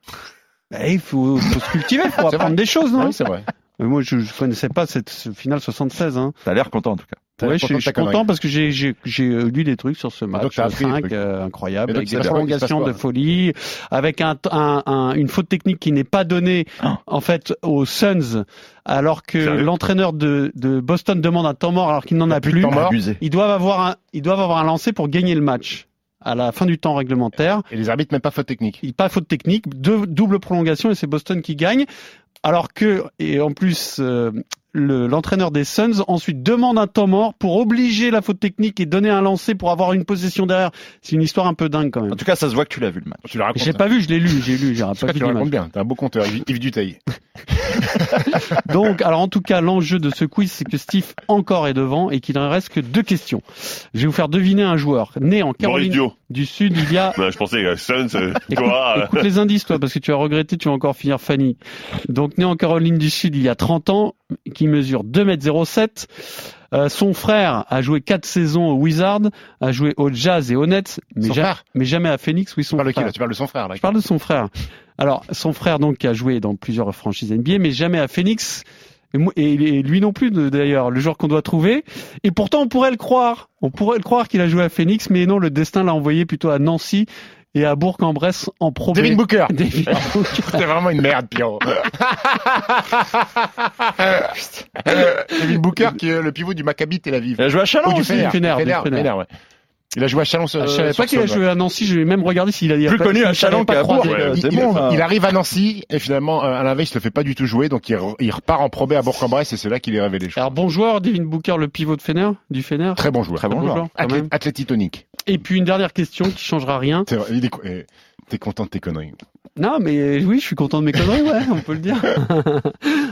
Speaker 5: Eh, il faut, faut se
Speaker 8: *laughs*
Speaker 5: cultiver, faut
Speaker 7: C'est
Speaker 5: apprendre
Speaker 7: vrai.
Speaker 5: des choses, non
Speaker 7: Ah Oui, c'est vrai.
Speaker 5: Mais Moi, je, je connaissais pas cette ce finale 76. Hein.
Speaker 8: t'as l'air content en tout cas.
Speaker 7: T'as
Speaker 5: Ouais,
Speaker 7: l'air
Speaker 5: je,
Speaker 7: content
Speaker 5: suis-
Speaker 7: de
Speaker 5: je
Speaker 7: ta
Speaker 5: suis content
Speaker 7: connerie. Ah,
Speaker 5: parce que j'ai j'ai- j'ai euh, lu des trucs sur ce match.
Speaker 7: donc, t'as appris des
Speaker 5: 5,
Speaker 7: trucs.
Speaker 5: euh, incroyable,
Speaker 7: Et donc,
Speaker 5: avec
Speaker 7: c'est
Speaker 5: des
Speaker 7: pas-
Speaker 5: prolongations
Speaker 7: c'est pas-
Speaker 5: de folie, avec un, un- un- une faute technique qui n'est pas donnée
Speaker 7: Ah.
Speaker 5: en fait aux Suns, alors que
Speaker 6: Sérieux
Speaker 5: l'entraîneur de, de Boston demande un temps mort alors qu'il n'en a plus.
Speaker 7: temps mort.
Speaker 8: Abusé.
Speaker 5: Ils doivent avoir un, ils doivent avoir un lancer pour gagner le match à la fin du temps réglementaire.
Speaker 7: Et les arbitres, même pas faute technique.
Speaker 5: Il pas faute technique, deux double prolongation et c'est Boston qui gagne. Alors que et en plus euh, le- l'entraîneur des Suns ensuite demande un temps mort pour obliger la faute technique et donner un lancer pour avoir une possession derrière. C'est une histoire un peu dingue quand même.
Speaker 8: En tout cas, ça se voit que tu l'as vu le match.
Speaker 7: Tu le racontes.
Speaker 5: J'ai
Speaker 7: hein.
Speaker 5: pas vu, je l'ai lu, j'ai lu, j'ai pas
Speaker 7: En tout cas,
Speaker 5: vu
Speaker 7: tu le
Speaker 5: l'image.
Speaker 7: racontes bien. T'es un beau conteur, Yves Yves Duteil.
Speaker 5: Donc, alors en tout cas, l'enjeu de ce quiz, c'est que Steve encore est devant et qu'il ne reste que deux questions. Je vais vous faire deviner un joueur né en
Speaker 6: Bon,
Speaker 5: Caroline
Speaker 6: idiot.
Speaker 5: du Sud il y a
Speaker 6: Non, je pensais, euh, Suns, euh,
Speaker 5: Écoute,
Speaker 6: toi. euh,
Speaker 5: écoute les indices, toi, parce que tu vas regretter, tu vas encore finir Fanny. Donc, né en Caroline du Sud il y a 30 ans, qui mesure 2m07. Euh, son frère a joué 4 saisons au Wizard, a joué au Jazz et au Nets, mais,
Speaker 7: Son
Speaker 5: ja-
Speaker 7: frère
Speaker 5: mais jamais à Phoenix, oui,
Speaker 7: Tu
Speaker 5: son
Speaker 7: parles de qui,
Speaker 5: frère.
Speaker 7: là? Tu parles de son frère, là.
Speaker 5: Je parle de son frère. Alors, son frère, donc, qui a joué dans plusieurs franchises NBA, mais jamais à Phoenix. Et moi- Et et lui non plus, de- d'ailleurs, le joueur qu'on doit trouver. Et pourtant, on pourrait le croire. On pourrait le croire qu'il a joué à Phoenix, mais non, le destin l'a envoyé plutôt à Nancy et à Bourg-en-Bresse en Pro B.
Speaker 7: Devin Booker. *laughs*
Speaker 5: Devin Booker.
Speaker 7: T'es vraiment une merde,
Speaker 5: *laughs*
Speaker 7: Pierrot. David Booker, qui est le pivot du Maccabi Tel Aviv.
Speaker 8: Il a joué à
Speaker 7: Ou
Speaker 8: Chalon
Speaker 7: du
Speaker 8: aussi.
Speaker 5: Fener,
Speaker 7: Fener.
Speaker 5: du
Speaker 7: Fener,
Speaker 5: Fener. Ah,
Speaker 7: Fener, ouais. Il a joué à Chalon.
Speaker 5: Euh, Je savais pas qu'il a joué à Nancy, je vais même regarder s'il a euh,
Speaker 8: Plus connu à Chalon
Speaker 5: Chalon
Speaker 8: qu'à Bourg.
Speaker 6: croisé,
Speaker 8: Ouais,
Speaker 7: Il,
Speaker 8: C'est
Speaker 7: il-
Speaker 8: bon. là.
Speaker 7: il arrive à Nancy et finalement euh, à l'inverse il se le fait pas du tout jouer donc il, re- il repart en probé à Bourg-en-Bresse et c'est là qu'il est révélé. je crois.
Speaker 5: Alors, bon joueur, Devin Booker, le pivot de Fener, du Fener.
Speaker 7: Très bon joueur.
Speaker 8: Très bon joueur.
Speaker 5: quand
Speaker 7: Athlé-
Speaker 5: même.
Speaker 7: Athlète tonique.
Speaker 5: Et puis, une dernière question qui changera rien.
Speaker 7: C'est vrai, il est co- eh, T'es content de tes conneries.
Speaker 5: Non, mais oui, je suis content de mes conneries, ouais, on peut le dire.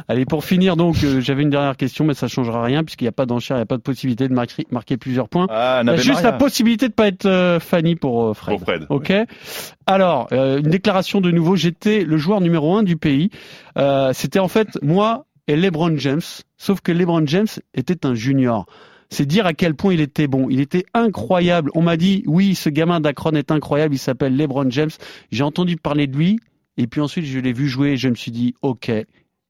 Speaker 5: Allez, pour finir, donc, euh, j'avais une dernière question, mais ça changera rien, puisqu'il n'y a pas d'enchère, il n'y a pas de possibilité de marquer, marquer plusieurs points.
Speaker 8: Ah,
Speaker 5: Il y a
Speaker 8: Nabé
Speaker 5: Bah, juste la
Speaker 8: Maria.
Speaker 5: possibilité de pas être euh, Fanny pour euh, Fred.
Speaker 6: Pour Fred,
Speaker 5: Ok. Alors, euh, une déclaration de nouveau. J'étais le joueur numéro un du pays. Euh, C'était en fait moi et LeBron James. Sauf que LeBron James était un junior. C'est dire à quel point il était bon. Il était incroyable. On m'a dit, oui, ce gamin d'Akron est incroyable. Il s'appelle LeBron James. J'ai entendu parler de lui. Et puis ensuite, je l'ai vu jouer et je me suis dit, OK,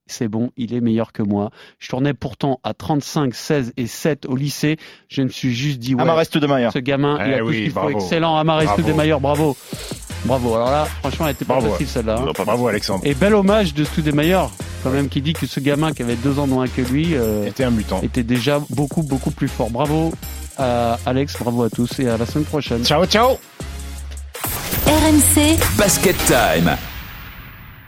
Speaker 5: c'est bon, il est meilleur que moi. Je tournais pourtant à 35, 16 et 7 au lycée. Je me suis juste dit, ouais,
Speaker 8: Amarest de
Speaker 5: *laughs*
Speaker 8: Maillard.
Speaker 5: ce gamin, il a
Speaker 7: Eh
Speaker 5: tout
Speaker 7: oui,
Speaker 5: ce qu'il faut.
Speaker 7: bravo.
Speaker 5: Excellent, Amarest
Speaker 7: Bravo.
Speaker 5: des Mailleurs, bravo. Bravo. Alors là, franchement, elle était pas
Speaker 7: Bravo.
Speaker 5: facile celle-là. hein.
Speaker 6: non, pas
Speaker 7: Bravo Alexandre.
Speaker 5: Et bel hommage de Stu des Mailleurs, quand même, qui dit que ce gamin qui avait deux ans de moins que lui euh,
Speaker 7: T'es un mutant.
Speaker 5: était déjà beaucoup, beaucoup plus fort. Bravo à Alex, bravo à tous et à la semaine prochaine.
Speaker 7: Ciao ciao.
Speaker 4: RMC.
Speaker 10: Basket Time.